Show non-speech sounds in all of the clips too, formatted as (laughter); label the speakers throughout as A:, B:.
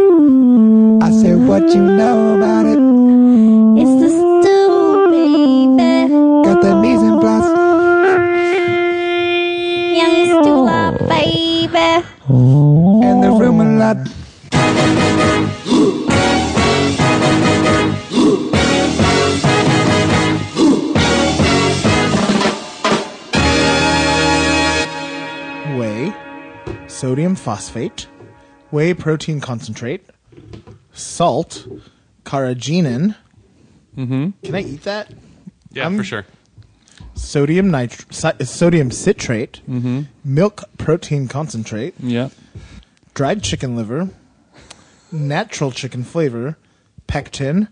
A: I said, what you know about it?
B: It's the stew, baby.
A: Got the mise en place.
B: Young stew, baby.
A: And the room a lot.
C: whey, sodium phosphate, whey protein concentrate, salt, carrageenan. Mm-hmm. Can I eat that?
D: Yeah,
C: I'm-
D: for sure.
C: Sodium nitr- si- sodium citrate, milk protein concentrate,
E: Yeah.
C: dried chicken liver, natural chicken flavor, pectin,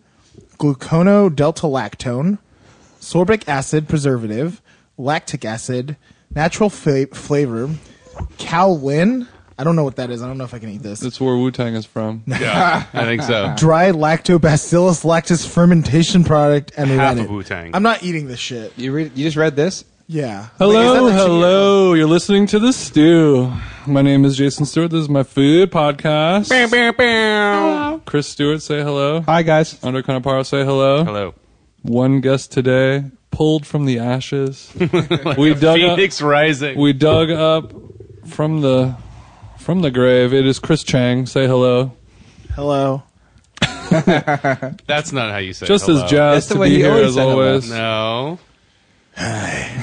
C: gluconodeltalactone, sorbic acid preservative, lactic acid, natural fa- flavor, cowlin. I don't know what that is. I don't know if I can eat this.
E: That's where Wu Tang is
F: (laughs)
E: from.
D: Yeah, I think so.
C: dry lactobacillus lactis fermentation product and
D: (laughs) Half
C: rennet.
D: of Wu-Tang.
C: I'm not eating this shit.
F: You read, you just read this?
C: Yeah.
E: Hello,
C: Wait, is that the
E: hello. You're listening to The Stew. My name is Jason Stewart. This is my food podcast. Chris Stewart, say hello.
F: Hi, guys.
E: Under Conaparo, say hello.
D: Hello.
E: One guest today, pulled from the
F: (laughs)
E: ashes. we dug up,
D: Phoenix Rising.
E: we dug up from the from the grave. It is Chris Chang. Say hello.
C: chicken? Hello.
D: That's not how you say
E: Just
D: hello.
E: as jazz
F: That's the
E: to
F: way
E: be
F: he
E: here
F: always
E: as
F: said hello.
E: always.
D: No.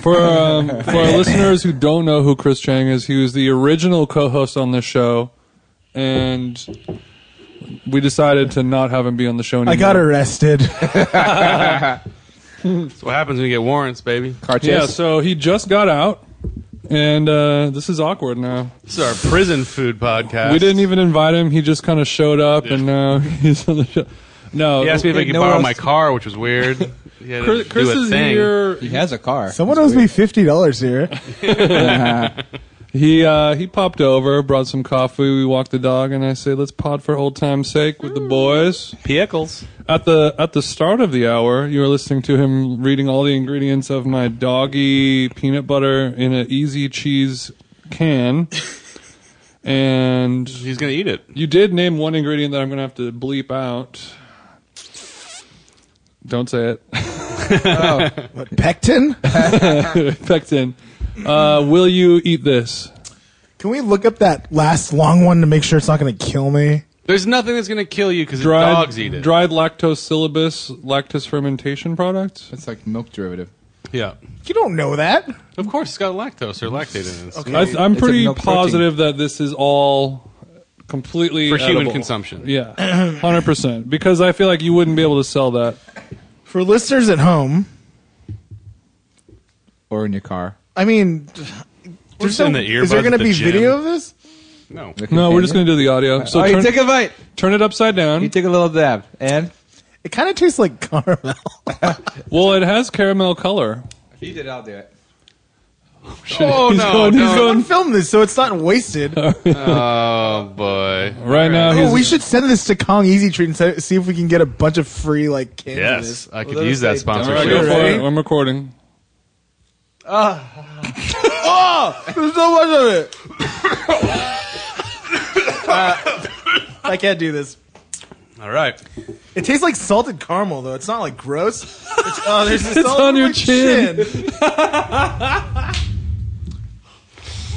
E: For um, for our listeners who don't know who Chris Chang is, he was the original co-host on this show, and we decided to not have him be on the show anymore.
C: I
A: (laughs)
C: got arrested.
D: That's what happens when you get warrants, baby.
F: Cartes.
E: Yeah, so he just got out, and uh, this is awkward now.
D: This is our prison food podcast.
E: We didn't even invite him. He just kind of showed up, and now (laughs) he's on the show. No,
D: He asked me if I
F: Hey,
D: could
F: no
D: borrow
F: else
D: my
F: to-
D: car, which was weird. He had to
E: Chris,
D: do
E: Chris
D: a
E: is
D: thing.
E: here.
F: he has a car.
C: Someone
F: That's
C: owes me fifty dollars here.
E: He uh, he popped over, brought some coffee. We walked the dog, and I say, "Let's pod for old time's sake with the boys."
D: Pickles.
E: At the at the start of the hour, you were listening to him reading all the ingredients of my doggy peanut butter in an easy cheese
D: (laughs)
E: can, and
D: He's gonna eat it.
E: you did name one ingredient that I'm going to have to bleep out. Don't say it. (laughs)
C: What pectin? (laughs)
E: Pectin. Uh, will you eat this?
C: Can we look up that last long one to make sure it's not going to kill me?
D: There's nothing that's gonna kill you because
E: Dried,
D: dogs eat it.
E: Dried lactose syllabus, lactose fermentation product.
F: It's like milk derivative.
D: Yeah.
C: You don't know that.
D: Of course, it's got lactose or lactate in it. Okay.
E: I th- I'm
F: It's a
E: pretty
F: milk protein.
E: positive that this is all completely
D: For human
E: edible. (laughs)
D: consumption.
E: Yeah, hundred percent. Because I feel like you wouldn't be able to sell that.
C: For listeners at home,
F: Or in your car.
C: I mean, there's
D: in
C: no-
D: the
C: is there
D: earbuds
C: going to
D: at the
C: be
D: gym.
C: video of this?
D: No.
E: No, we're just gonna do the audio. So
F: oh, you
E: turn,
F: took a bite.
E: turn it upside
F: You
E: down.
F: took a little dab. And?
C: It kind of tastes like
D: (laughs)
C: caramel.
E: Well, it has caramel color.
F: If you did, I'll do it.
D: Oh
E: He's
D: no,
E: going- he's
D: no.
E: going-
C: Someone filmed this, so it's not
D: (laughs)
C: wasted.
D: Oh boy.
E: Right now, he's,
C: Oh, we should send this to Kong Easy Treat and se- see if we can get a bunch of free like cans. of
D: Yes,
C: this.
D: I could
F: Well,
D: use that
F: those say
E: All right, go
D: sponsorship.
E: for
C: Ready?
E: it. I'm recording.
C: There's so much of it. (coughs) Uh, I can't do this.
D: All right.
C: It tastes like salted caramel, though. It's not like gross. It's, oh, there's (laughs) it's
E: on your chin.
C: (laughs)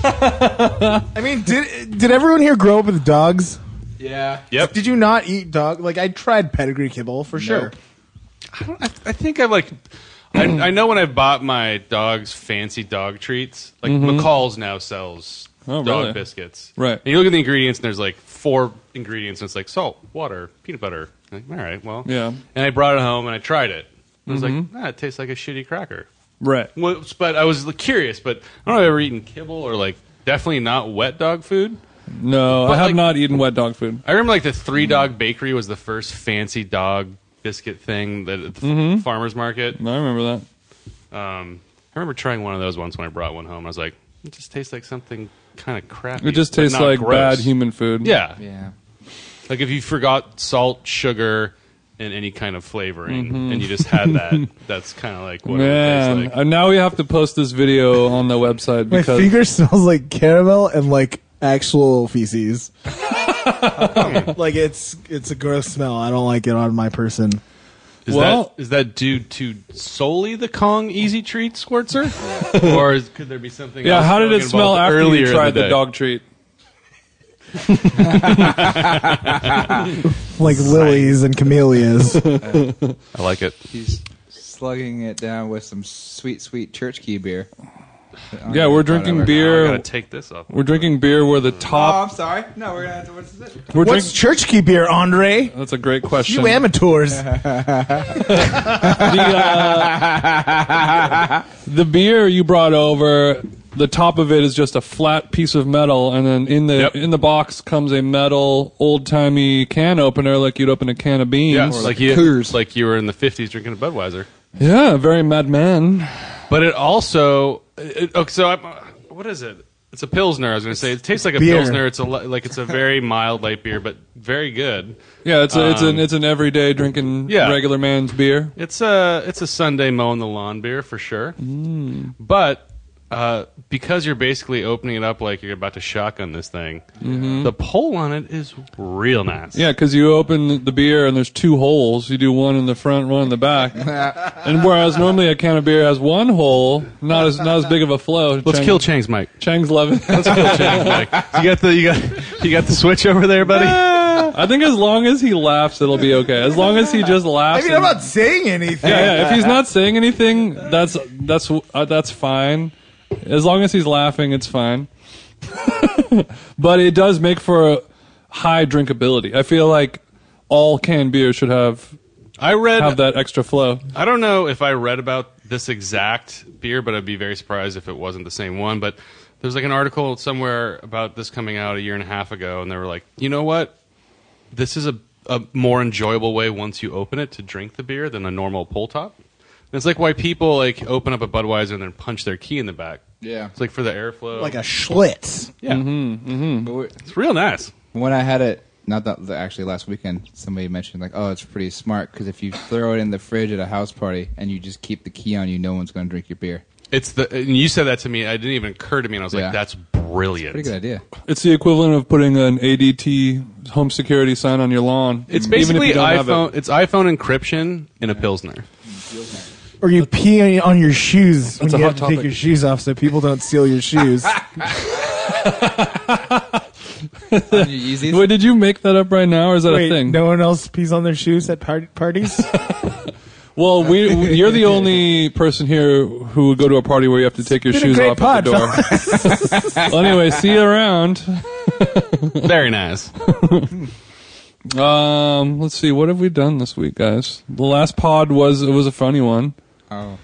C: I mean, did did everyone here grow up with dogs?
F: Yeah.
D: Yep.
C: Did you not eat dog? Like I tried pedigree kibble for sure.
D: I, I think I've like. I, I know when I bought my dog's fancy dog treats, like McCall's now sells
E: Mm-hmm. Oh,
D: dog
E: really?
D: biscuits.
E: Right.
D: And you look at the ingredients, and there's like four ingredients, and it's like salt, water, peanut butter. I'm like, all right, well.
E: Yeah. Mm-hmm.
D: And I brought it home and I tried it. I was like, ah, it tastes like a shitty cracker.
E: Right.
D: Well, but I was curious, but I don't know if I've ever eaten kibble or like definitely not wet dog food.
E: No, I
D: But,
E: have
D: like-
E: not eaten wet dog food.
D: I remember like the
E: Mm-hmm.
D: three dog bakery was the first fancy dog biscuit thing that at the
E: Mm-hmm.
D: f- farmers market.
E: I remember that.
D: Um, I remember trying one of those once when I brought one home. I was like, it just tastes like something kind of crappy.
E: It just
D: but
E: tastes
D: not
E: like
D: gross."
E: bad human food.
D: Yeah.
F: Yeah.
D: like if you forgot salt, sugar, and any kind of flavoring, and you just had that, (laughs) that's kind of like what it
E: Mm-hmm. Man,
D: tastes like.
E: uh, now we have to post this video on the website
C: My
E: because
C: finger smells like caramel and like actual feces. like it's it's a gross smell. I don't like it on my person.
D: Is
E: Well-
D: that is that due to solely the Kong Easy Treat
E: (laughs)
D: Squirtzer, or is, could there be something?
E: Yeah,
D: else
E: how did
D: going
E: it smell
D: involved
E: after
D: earlier
E: you
D: in
E: tried the,
D: day?
E: dog treat?
C: Like lilies and camellias.
D: I like it.
F: He's slugging it down with some sweet, sweet church key beer.
E: Yeah, we're drinking
F: Whatever.
E: beer.
D: Oh, I gotta take this off.
E: We're drinking beer where the
F: Oh,
E: top.
F: I'm sorry. No, we're gonna have to. What's it?
E: We're
C: What's
E: drink,
C: church key beer, Andre?
E: that's a great question.
C: You amateurs.
E: the, uh, the beer you brought over, the top of it is just a flat piece of metal, and then in the
D: Yep.
E: in the box comes a metal old timey can opener, like you'd open a can of beans.
D: Yeah, like you,
F: Coors.
D: like you were in the '50s drinking a Budweiser.
E: Yeah, very madman.
D: But it also, it, okay, so I'm, uh, what is it? It's a pilsner. I was going to say it tastes like a
C: Beer.
D: pilsner. It's a li- like it's a very (laughs) mild light beer, but very good.
E: Yeah, it's a, it's an
D: Um,
E: it's an everyday drinking
D: Yeah.
E: regular man's beer.
D: It's a it's a Sunday mowing the lawn beer for sure.
E: Mm.
D: But uh, because you're basically opening it up like you're about to shotgun this thing, the pole on it is real nice.
E: Mm-hmm. Yeah, because you open the beer and there's two holes. You do one in the front, one in the back. and whereas normally a can of beer has one hole, not as not as big of a flow.
D: Let's
E: Chang-
D: kill Chang's mic.
E: Chang's
D: (laughs)
E: loving.
D: Chang's mic. You got the you got you got the switch over there,
E: (laughs)
D: buddy.
E: I think as long as he laughs, it'll be okay. As long as he just
C: I
E: laughs.
C: mean, I'm
E: and-
C: not saying anything.
E: yeah, yeah, if he's not saying anything, that's that's uh, that's fine. As long as he's laughing, it's fine. (laughs) but it does make for a high drinkability. I feel like all canned beer should have
D: I read
E: have that extra flow.
D: I don't know if I read about this exact beer, but I'd be very surprised if it wasn't the same one. But there's like an article somewhere about this coming out a year and a half ago, and they were like, you know what? This is a, a more enjoyable way once you open it to drink the beer than a normal pull top. And it's like why people like open up a Budweiser and then punch their key in the back.
F: Yeah.
D: It's like for the airflow.
C: Like a Schlitz.
D: yeah.
E: mm-hmm.
F: But we-
D: It's real nice.
F: When I had it, not that actually last weekend, somebody mentioned like, "Oh, it's pretty smart because if you throw it in the fridge at a house party and you just keep the key on you, no one's gonna drink your beer."
D: It's the and you said that to me. It didn't even occur to me, and I was
F: Yeah.
D: like, "That's brilliant."
F: Pretty good (laughs) idea.
E: It's the equivalent of putting an ADT home security sign on your lawn.
D: It's
E: even if you
D: basically
E: don't have it.
D: iPhone. It's iPhone encryption in a pilsner.
C: Or you pee on your- on your shoes when
E: That's a
C: you
E: hot
C: have to
E: topic.
C: take your shoes off so people don't steal
E: (laughs)
C: your shoes.
F: On your Yeezys?
E: Wait, did you make that up right now, or is that a
C: Wait,
E: thing?
C: no one else pees on their shoes at par-
E: (laughs)
C: parties?
E: Well, we, we- you're the only person here who would go to a party where you have to take your
C: been a
E: shoes
C: great
E: off at the door. (laughs) well, anyway, see you around.
D: Very
E: (laughs)
D: nice.
E: Um, let's see, what have we done this week, guys? The last pod was it was a funny one.
F: Oh,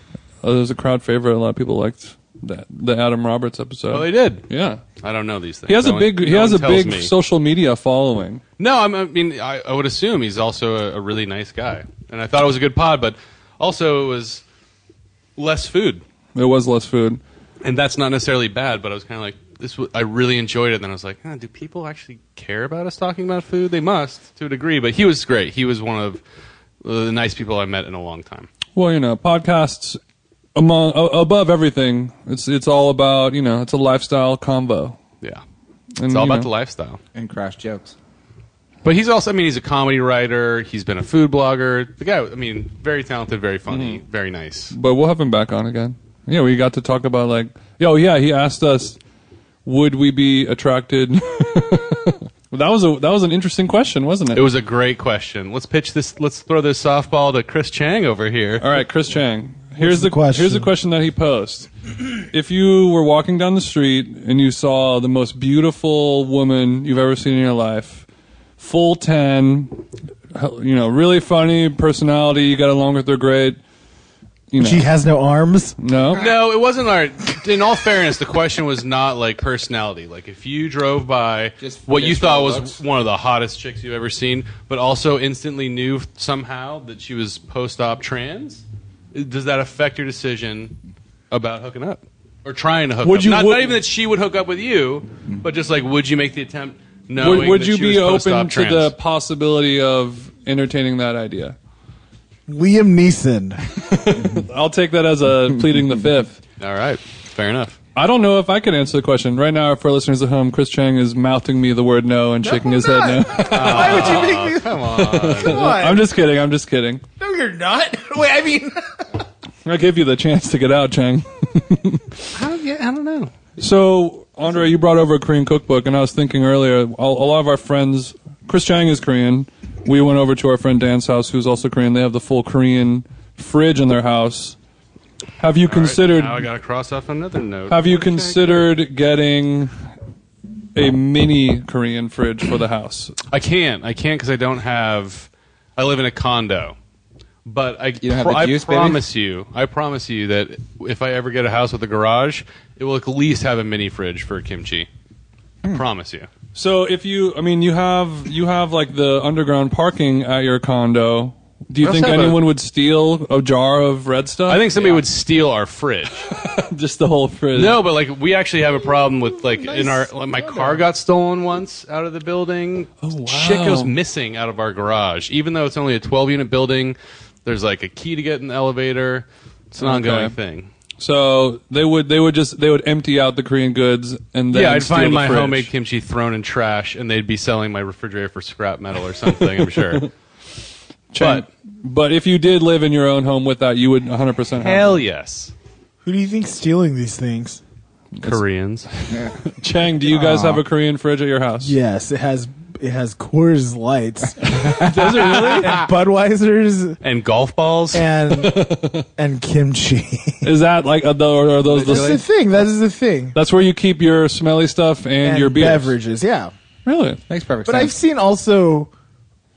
E: Uh, it was a crowd favorite. A lot of people liked that the Adam Roberts episode.
D: Well, they did.
E: yeah,
D: I don't know these things.
E: he has
D: No
E: a
D: one-
E: big he
D: no
E: has a
D: one tells
E: big
D: me.
E: social media following.
D: no, I'm, I mean, I, I would assume he's also a, a really nice guy, and I thought it was a good pod, but also it was less food,
E: It was less food.
D: and that's not necessarily bad. But I was kind of like, this. W- I really enjoyed it. And then I was like, huh, do people actually care about us talking about food? They must to a degree. But he was great. He was one of the nice people I met in a long time.
E: Well, you know, podcasts among a- above everything. It's it's all about you know it's a lifestyle convo.
D: Yeah,
E: And,
D: it's all
E: you
D: about
E: know,
D: the lifestyle.
F: and crash jokes.
D: But he's also, I mean, he's a comedy writer. He's been a food blogger. The guy, I mean, very talented, very funny, very nice.
E: But we'll have him back on again. Yeah, we got to talk about like, yo, yeah, he asked us, would we be attracted? (laughs) Well, that was a that was an interesting question, wasn't it?
D: It was a great question. Let's pitch this. Let's throw this softball to Chris Chang over here.
E: All right, Chris Chang. Here's
C: the
E: the,
C: question?
E: here's the question that he posed. If you were walking down the street and you saw the most beautiful woman you've ever seen in your life, full ten, you know, really funny personality, you got along with her great. You know,
C: She has no arms.
E: no,
D: No, it wasn't our. In all fairness, the question was not like personality. Like if you drove by
F: Just
D: what you
F: just
D: thought
F: for
D: was
F: the looks.
D: one of the hottest chicks you've ever seen, but also instantly knew somehow that she was post-op trans, does that affect your decision about hooking up or trying to hook
E: Would
D: up?
E: you-
D: not,
E: would-
D: not even that she would hook up with you, but just like would you make the attempt? No.
E: would, would you be open to
D: trans?
E: the possibility of entertaining that idea?
C: Liam Neeson.
E: I'll take that as a pleading the fifth.
D: All right, fair enough.
E: I don't know if I can answer the question. Right now, for our listeners at home, Chris Chang is mouthing me the word no and shaking his head no.
C: Why would you make me? Come on. Come on.
E: (laughs) I'm just kidding. I'm just kidding.
C: no, you're not. (laughs) Wait, I mean,
E: I gave you the chance to get out, Chang. (laughs)
C: I don't, yeah, I don't know.
E: So, Andre, you brought over a Korean cookbook, and I was thinking earlier, a, a lot of our friends, Chris Chang is Korean. We went over to our friend Dan's house, who's also Korean. They have the full Korean fridge in their house. Have you considered?
D: now I got to cross off another note.
E: have you
D: Okay.
E: considered getting a mini Korean fridge for the house?
D: I can't. I can't because I don't have. I live in a condo, but I,
F: don't have
D: pro-
F: the juice,
D: I
F: baby?
D: promise you. I promise you that if I ever get a house with a garage, it will at least have a mini fridge for kimchi.
F: Hmm.
D: I promise you.
E: So, if you, I mean, you have you have like the underground parking at your condo. Do you
D: I
E: think
D: also have a-
E: anyone would steal a jar of red stuff?
D: I think somebody would steal our fridge.
E: (laughs) just the whole fridge.
D: No, but like we actually have a problem with like in our like, my car got stolen once out of the building. Oh
E: wow.
D: Shit goes missing out of our garage, even though it's only a twelve unit building. There's like a key to get in the elevator. It's an ongoing
E: Okay.
D: thing.
E: So they would they would just they would empty out the Korean goods and then
D: yeah, I'd
E: steal
D: find
E: the
D: my
E: fridge.
D: homemade kimchi thrown in trash, and they'd be selling my refrigerator for scrap metal or something. I'm sure.
E: (laughs) But but if you did live in your own home with that, you would 100 percent have
D: Hell yes,
C: Who do you think's stealing these things?
D: Koreans.
E: it. Chang, do you guys have a Korean fridge at your house?
C: Yes, it has. It has Coors Lights,
E: (laughs) Does it
C: (laughs)
E: really?
C: Budweisers,
D: and golf balls.
C: and
E: (laughs)
C: and kimchi.
E: Is that like are tho- are those the,
C: That's the thing. That is the thing.
E: That's where you keep your smelly stuff and, your beers.
C: beverages, yeah.
E: Really?
F: Makes perfect
C: But I've
F: sense.
C: seen also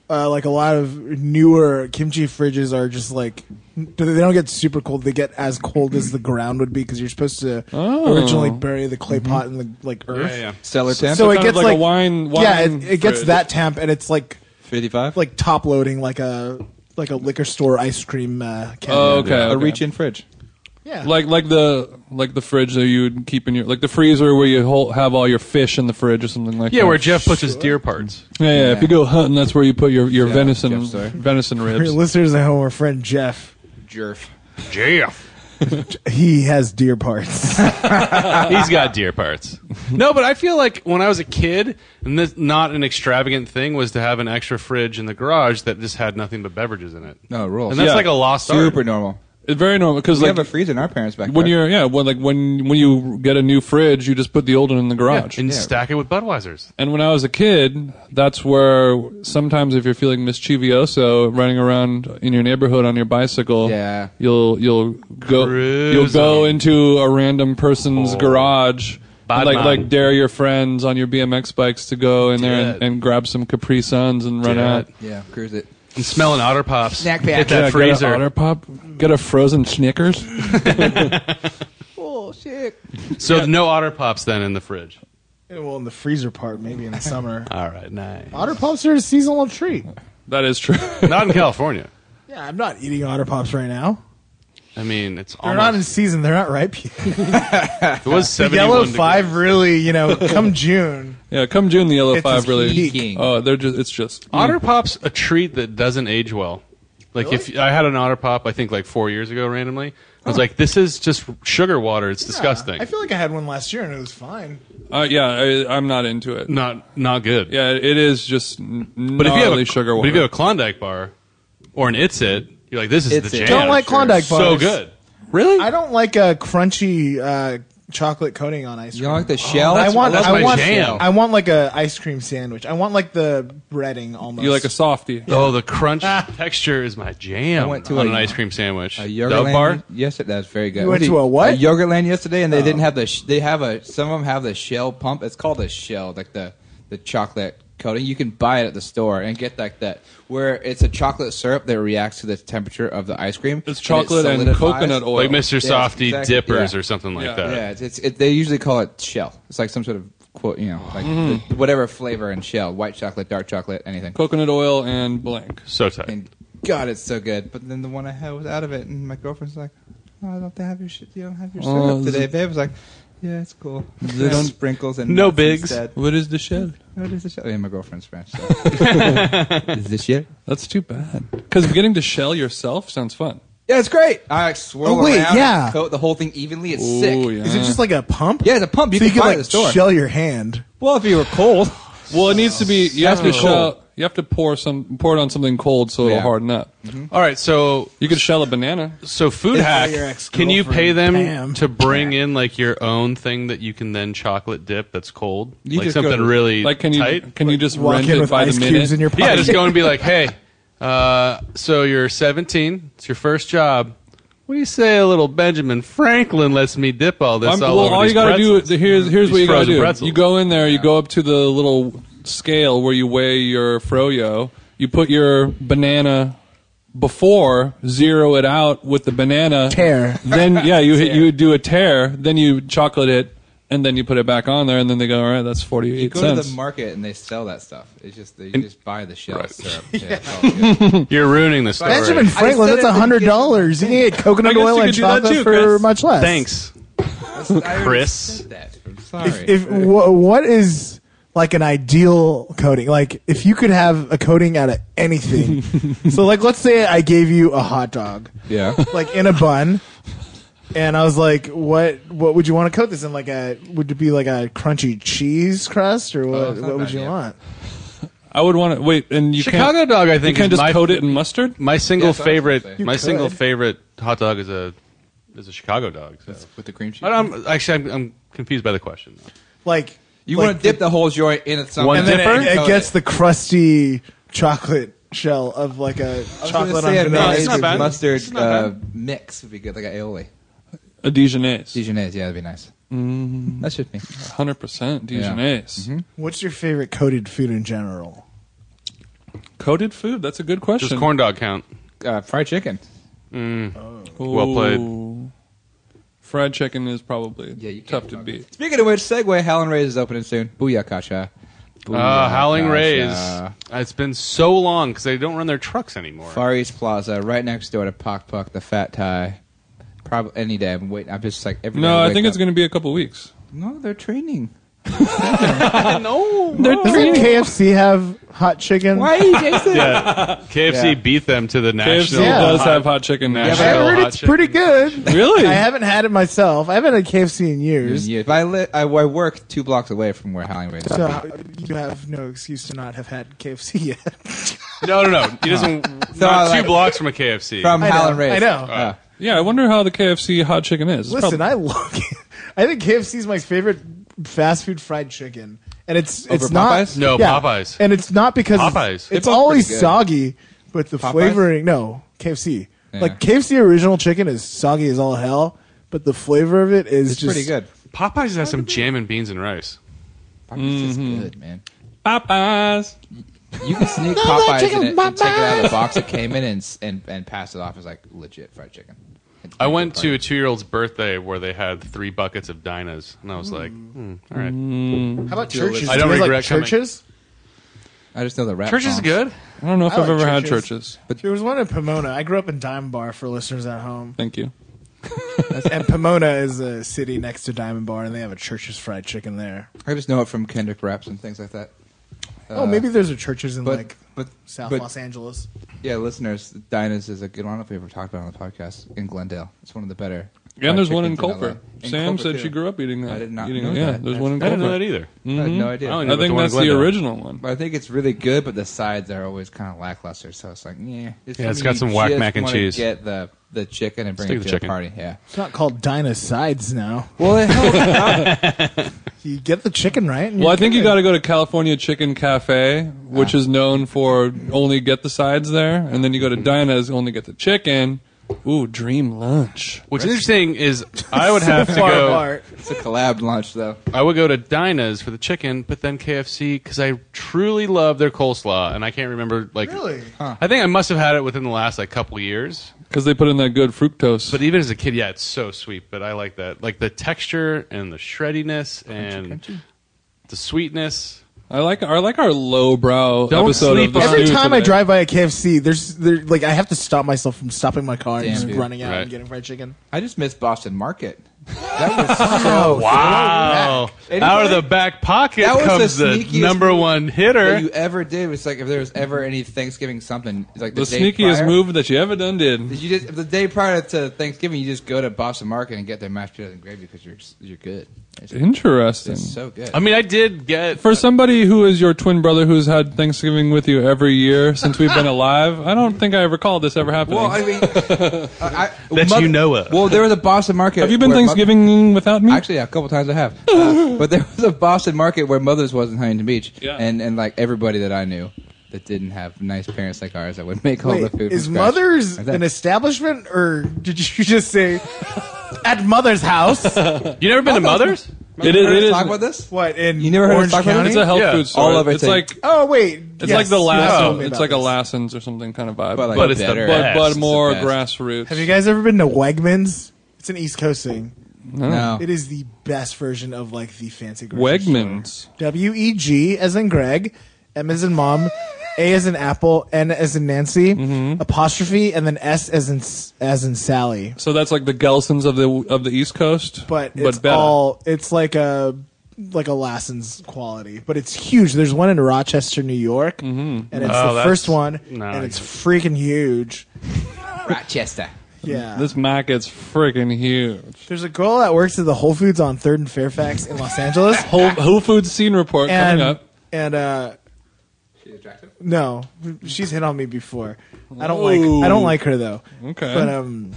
C: uh, like a lot of newer kimchi fridges are just like they don't get super cold. They get as cold as the ground would be because you're supposed to
E: Oh. Mm-hmm.
C: originally bury the clay pot in the like earth.
D: yeah, yeah.
F: Stellar temp.
C: So it
E: kind of
C: gets
E: like a wine-
C: yeah,
E: wine
C: it, it gets
E: fridge.
C: that temp, and it's like
F: 55.
C: like top loading like a like a liquor store ice cream uh, can.
E: Oh, okay.
F: a
E: okay.
F: reach-in fridge.
C: yeah,
E: Like like the like the fridge that you would keep in your like the freezer where you hol- have all your fish in the fridge or something like
D: Yeah,
E: that.
D: where Jeff puts his deer parts.
E: yeah, yeah, If you go hunting, that's where you put your your
F: Yeah,
E: venison
F: Jeff's there.
E: venison
C: For your
E: ribs.
C: listeners at home, our friend Jeff,
F: Jerf.
D: Jeff.
C: he has deer parts. (laughs)
D: He's got deer
E: (laughs)
D: parts. No, but I feel like when I was a kid, and this not an extravagant thing was to have an extra fridge in the garage that just had nothing but beverages in it.
F: No, it rules.
D: And that's
E: Yeah.
D: like a lost art.
F: Super normal.
E: It's very normal because
F: We
E: like
F: have a freezer in our parents' back
E: when you're yeah when like when when you get a new fridge you just put the old one in the
D: Yeah,
E: garage
D: and
F: Yeah.
D: stack it with Budweisers.
E: and when i was a kid that's where sometimes if you're feeling mischievoso running around in your neighborhood on your bicycle
F: Yeah.
E: you'll you'll go
D: Cruising. Oh.
E: you'll go into a random person's garage
D: Bad
E: and, like
D: man.
E: like dare your friends on your bmx bikes to go in there and,
D: Yeah.
E: and grab some capri suns and run
D: Yeah.
E: out
F: Yeah, cruise it.
D: And smelling Otter Pops.
F: Snack pack.
D: Hit
E: Yeah,
D: that
E: get a
D: freezer.
E: Otter pop get a frozen snickers
D: so no Otter Pops then in the fridge.
C: well, in the freezer part, maybe in the summer.
D: All right, nice.
C: Otter Pops are a seasonal treat.
E: that is true (laughs)
D: Not in California.
C: Yeah, I'm not eating Otter Pops right now.
D: I mean, it's
C: They're not in
D: almost.
C: season. They're not ripe.
D: it was seventy-one
C: Yellow
D: degrees.
C: Five really, you
E: (laughs)
C: know, come June.
E: yeah come june the yellow
C: It's
E: five
C: his
E: really
C: heat.
F: King.
E: oh they're just it's just Mm.
D: Otter Pop's a treat that doesn't age well. Like if I had an Otter Pop, I think like four years ago randomly, I was like, "This is just sugar water. It's disgusting.
C: I feel like I had one last year and it was fine.
E: Uh, yeah, I, I'm not into it.
D: not not good."
E: Yeah, it is just n-
D: But if you have a
E: sugar
D: but
E: water.
D: if you have a Klondike bar or an It's It, you're like, this is
F: It's
D: the
F: It.
D: jam.
C: Don't like Klondike bars.
D: So good. Really?
C: I don't like a crunchy uh, chocolate coating on ice
F: You
C: cream.
F: don't like the shell?
C: I want.
D: that's
C: I
D: my
C: want.
D: jam.
C: I want like a ice cream sandwich. I want like the breading almost.
E: You like a softie.
D: Oh, the crunch texture is my jam
F: I went to
D: on
F: a-
D: an ice cream sandwich.
F: a
D: Dove
F: Yogurtland
D: bar?
F: Yes, it does. Very good.
C: You went to a what? Oh.
F: A Yogurtland yesterday, and they didn't have the. Sh- they have a. Some of them have the shell pump. It's called a shell, like the the chocolate coating. You can buy it at the store and get like that, where it's a chocolate syrup that reacts to the temperature of the ice cream.
E: It's
F: and it
E: chocolate and
F: solidifies.
E: coconut oil.
D: Like Mr.
F: Yes,
D: Softy
F: exactly.
D: dippers
F: Yeah.
D: or something like
E: Yeah.
D: that.
F: Yeah, it's, it's it, they usually call it shell. It's like some sort of quote, you know, like
D: Mm.
F: the- whatever flavor and shell, white chocolate, dark chocolate, anything.
E: Coconut oil and blank.
D: So tight.
F: And God, it's so good. But then the one I had was out of it, and my girlfriend's like, oh, "I don't have your shit. You don't have your syrup
E: Oh, is
F: today,
E: it-
F: babe." I was like, "Yeah, it's cool.
E: They
F: Have
E: don't-
F: sprinkles and
D: No
F: nuts
D: bigs.
E: (laughs)
F: Instead.
E: What is the shell?
F: What is this? Oh, yeah, my girlfriend's
D: (laughs)
F: French. So. is this shit?
E: That's too bad. Because getting to shell yourself sounds fun.
F: Yeah, it's great. I like swirl
C: Oh, wait,
F: around,
C: yeah.
F: coat the whole thing evenly. It's
E: Ooh,
F: sick.
E: yeah.
C: Is it just like a pump?
F: Yeah, it's a pump. You
C: so
F: can
C: you can
F: buy
C: like
F: it at the store.
C: shell your hand.
F: well, if you were cold,
E: Well, it needs to be. You have to
F: That's cool.
E: shell. You have to pour some. Pour it on something cold so it'll
F: Yeah.
E: harden up.
D: All right, so
E: You could shell a banana.
D: so food
C: It's
D: hack.
C: your ex-girlfriend,
D: Can you pay them
C: Pam.
D: to bring in like your own thing that you can then chocolate dip that's cold,
E: You
D: like
E: just go
D: something
E: to-
D: really
E: Like can you
D: tight?
E: can you just
C: Walk
E: rent
C: in
E: it
C: with
E: by
C: ice
E: the minute?
C: cubes in your pocket.
D: yeah, just go and be
E: (laughs)
D: like, hey, uh, so you're 17. It's your first job. What do you say a little Benjamin Franklin lets me dip all this
E: I'm-
D: all
E: well,
D: over
E: all
D: these
E: you gotta
D: pretzels?
E: do is here's here's
D: These
E: what you gotta
D: frozen
E: do.
D: pretzels.
E: You go in there. You go up to the little scale where you weigh your froyo. You put your banana before zero it out with the banana
C: Tear.
E: Then yeah, you hit, you do a tear. Then you chocolate it, and then you put it back on there. And then they go, all right, that's forty
F: you
E: eight
F: go
E: cents.
F: to the market and they sell that stuff. It's just they just buy the shell
D: Right.
F: syrup. Yeah, it's all good.
D: You're ruining this. story.
C: Benjamin
F: said
C: Franklin,
F: it
C: that's
F: at the
C: hundred dollars. You can get coconut
E: I guess
C: oil
E: you
C: and
E: could do that
C: chocolate
E: too,
C: for
E: Chris.
C: much less.
D: Thanks.
F: I already
D: Chris.
F: said that. I'm sorry.
C: If wha what is like an ideal coating? Like if you could have a coating out of anything. so like let's say I gave you a hot dog,
F: yeah.
C: like in a bun, and I was like, what what would you want to coat this in? Like a would it be like a crunchy cheese crust or what?
F: that's Oh, not
C: what would
F: bad,
C: you
F: yeah.
C: want?
E: I would want to wait, and you
D: Chicago
E: can't,
D: dog, I
E: You
D: think,
E: can't
D: is
E: just
D: my-
E: coat it in mustard.
D: My single
F: that's what I was gonna
D: favorite.
F: say.
D: My single
C: could.
D: favorite hot dog is a is a Chicago dog. So.
F: With the cream cheese.
D: I don't, actually, I'm, I'm confused by the question.
C: Like
F: you
C: like
F: want to dip the whole joint in at some
D: One
C: and then
D: dipper?
C: it, it gets the crusty chocolate shell of like a chocolate on
D: no,
C: vanilla.
D: it's not
C: ice
D: bad.
C: cream.
F: mustard
D: It's not
F: uh, mix would be good, like an aioli.
E: A Dijonnaise,
F: Dijonnaise, yeah, that'd be nice. Mm. That should be.
E: hundred percent Dijonnaise.
C: What's your favorite coated food in general?
E: Coated food. That's a good question.
D: Does corn dog count?
F: Uh, fried chicken.
D: Well played.
E: Ooh. Fried chicken is probably
F: Yeah, you can't
E: tough to
F: fuck
E: beat.
F: Speaking of which, segue, Howlin' Rays is opening soon. Booyah, Kasha.
D: Uh, Howling
F: Kasha.
D: Rays. It's been so long because they don't run their trucks anymore.
F: Far East Plaza, right next door to Pock Puck, the Fat Tie. Probably any day. I'm waiting. I'm just like every
E: No, I think it's going to be a couple weeks.
F: gonna. No, they're training.
D: no.
C: Doesn't KFC have hot chicken?
F: Why, Jason?
D: KFC
F: Yeah.
D: beat them to the
E: KFC
D: national.
C: Yeah.
E: does
D: hot-
E: have hot chicken now.
C: I
D: Chicago
C: heard
D: hot
C: it's
D: chicken.
C: pretty good.
E: Really?
C: I haven't had it myself. I haven't had KFC in years.
F: If I, li- I, I work two blocks away from where Howling Rays. is.
C: So uh, you have no excuse to not have had KFC (laughs) yet.
D: No, no, no. He doesn't. not
F: like-
D: two blocks from a KFC.
F: From
C: I know,
F: Howlin' Rays.
C: I know.
F: Uh,
E: yeah, I wonder how the KFC hot chicken is. It's
C: Listen,
E: probably-
C: I love. I think KFC is my favorite fast food fried chicken, and it's it's
F: Over
C: not
F: Popeyes?
D: No, Popeyes.
C: and it's not because
D: Popeyes. They
C: It's
F: both
C: always
F: pretty good.
C: soggy, but the
F: Popeyes?
C: flavoring. No, KFC.
F: Yeah.
C: Like KFC original chicken is soggy as all hell, but the flavor of it is
F: it's
C: just
F: pretty good.
D: Popeyes has some jam and beans and rice.
F: Popeye's is good, man.
E: Popeyes.
F: You
C: (laughs)
F: can sneak Popeyes in it and take it out of the box it came in and s- and, and pass it off as like legit fried chicken. It's
D: I
F: pretty
D: went
F: good
D: to a two-year-old's birthday where they had three buckets of Dinas, and I was like,
F: Mm.
D: hmm, all right.
C: How about churches?
D: I don't
C: Do you guys
D: regret coming.
C: churches.
F: part. I just know the rap.
D: Church is
F: songs.
D: good.
E: I don't know if
C: I
E: I've
C: like
E: ever had
C: churches.
E: churches.
C: There was one in Pomona. I grew up in Diamond Bar for listeners at home,
E: Thank you.
C: and Pomona is a city next to Diamond Bar, and they have a Church's fried chicken there.
F: I just know it from Kendrick raps and things like that.
C: oh, maybe there's a churches in
F: Uh, But
C: like
F: but
C: South
F: but,
C: Los Angeles.
F: Yeah, listeners, Dinah's is a good one. I don't know if we ever talked about it on the podcast in Glendale. It's one of the better.
E: Yeah, and
F: fried
E: there's one in
F: chickens LA.
E: Culver.
F: In
E: Sam
F: Culver,
E: said
F: too.
E: she grew up eating that.
F: I did not
E: eating
F: know
E: it. Yeah,
F: that.
E: there's one in
D: I didn't know
E: Culver.
D: that either.
F: I had no idea.
D: I don't
E: I
D: know. The one
E: think
D: in
E: that's the
D: Glendale.
E: original one.
F: But I think it's really good, but the sides are always kind of lackluster. So it's like, yeah, it's,
D: Yeah, it's
F: something
D: got
F: you
D: some whack
F: just
D: mac and
F: wanna
D: cheese.
F: Get the the chicken and bring
D: Stick
F: it
D: with
F: to
D: the
F: the
D: chicken.
F: party. Yeah.
C: It's not called Dinah Sides now.
F: Well, it helps.
C: You get the chicken right. and
E: Well,
C: you're
E: I think you
C: good. Ah.
E: got to go to California Chicken Cafe, which is known for only get the sides there, and then you go to Dinah's, only get the chicken. Ooh, dream lunch.
D: What's interesting is I
C: (laughs)
D: would have to
C: Far
D: go.
C: apart.
F: it's a collab launch though.
D: I would go to Dinah's for the chicken, but then KFC because I truly love their coleslaw, and I can't remember like.
C: Really?
D: I think I must have had it within the last like couple years.
E: Because they put in that good fructose.
D: But even as a kid, yeah, it's so sweet. But I like that, like the texture and the shreddiness and the sweetness.
E: I like I like our lowbrow
D: Don't
E: episode
D: sleep
E: of the
D: on-
C: Every
E: stew
C: time I
E: today.
C: drive by a KFC, there's there, like I have to stop myself from stopping my car
F: Damn,
C: and just
F: dude.
C: running out
D: Right.
C: and getting fried chicken.
F: I just miss Boston Market.
D: Wow. Out of the back pocket
F: That was
D: comes
F: the
D: the,
F: sneakiest
D: number
F: move
D: one
F: that
D: hitter.
F: you ever did was like if there was ever any Thanksgiving something it's like
E: The
F: the, day
E: sneakiest
F: prior,
E: move that you ever done did.
F: You just the day prior to Thanksgiving, you just go to Boston Market and get their mashed potatoes and gravy because you're you're good. It's,
E: Interesting.
F: it's so good.
D: I mean, I did get.
E: For somebody who is your twin brother who's had Thanksgiving with you every year since
D: (laughs)
E: we've been alive, I don't think I recall this ever happening.
F: well, I
E: (laughs)
F: mean, I, I,
D: That you know of.
F: Well, there was a Boston Market.
E: have you been
F: where mo-
E: Thanksgiving without me?
F: Actually, yeah, a couple times I have.
E: (laughs)
F: Uh, but there was a Boston market where Mother's was in Huntington Beach,
E: Yeah.
F: and and like everybody that I knew that didn't have nice parents like ours that would make all the
C: Wait,
F: food. from
C: is
F: scratch.
C: mother's
F: Like that.
C: an establishment, or did you (laughs) just say at mother's house?
D: You never been to Mother's?
E: it is.
F: Remember
E: It
F: to
E: is.
F: talk about this?
C: What in
F: You never heard of
C: Orange
F: Stockton?
C: County?
E: It's a health
D: Yeah.
E: food store.
F: All of
E: it's
F: it's
E: like
C: oh wait,
E: it's like the
C: last.
E: Lassens. It's like a Lassens or something kind of vibe,
F: But like
D: But it's the
F: better.
E: but,
D: best.
E: but
D: It's
E: more
F: the best.
E: grassroots.
C: Have you guys ever been to Wegmans? It's an East Coast thing.
F: No.
C: It is the best version of like the fancy grocery store.
E: Wegmans?
C: W E G as in Greg, M as in mom, A as in apple, N as in Nancy,
E: Mm-hmm.
C: apostrophe, and then S as in s- as in Sally.
E: So that's like the Gelsons of the of the East Coast,
C: But
E: but
C: it's
E: better.
C: all it's like a like a Lassen's quality, but it's huge. There's one in Rochester, New York,
E: Mm-hmm.
C: and it's
D: Oh,
C: the
D: that's-
C: first one,
D: no,
C: and
D: I
C: it's
D: get
C: freaking huge.
F: Rochester.
C: Yeah,
E: This market's freaking huge.
C: there's a girl that works at the Whole Foods on Third and Fairfax in Los
E: (laughs)
C: Angeles,
E: Whole, Whole Foods scene report
C: and
E: coming up.
C: and uh, no, she's hit on me before. I don't
E: Ooh.
C: like I don't like her though.
E: Okay.
C: but um,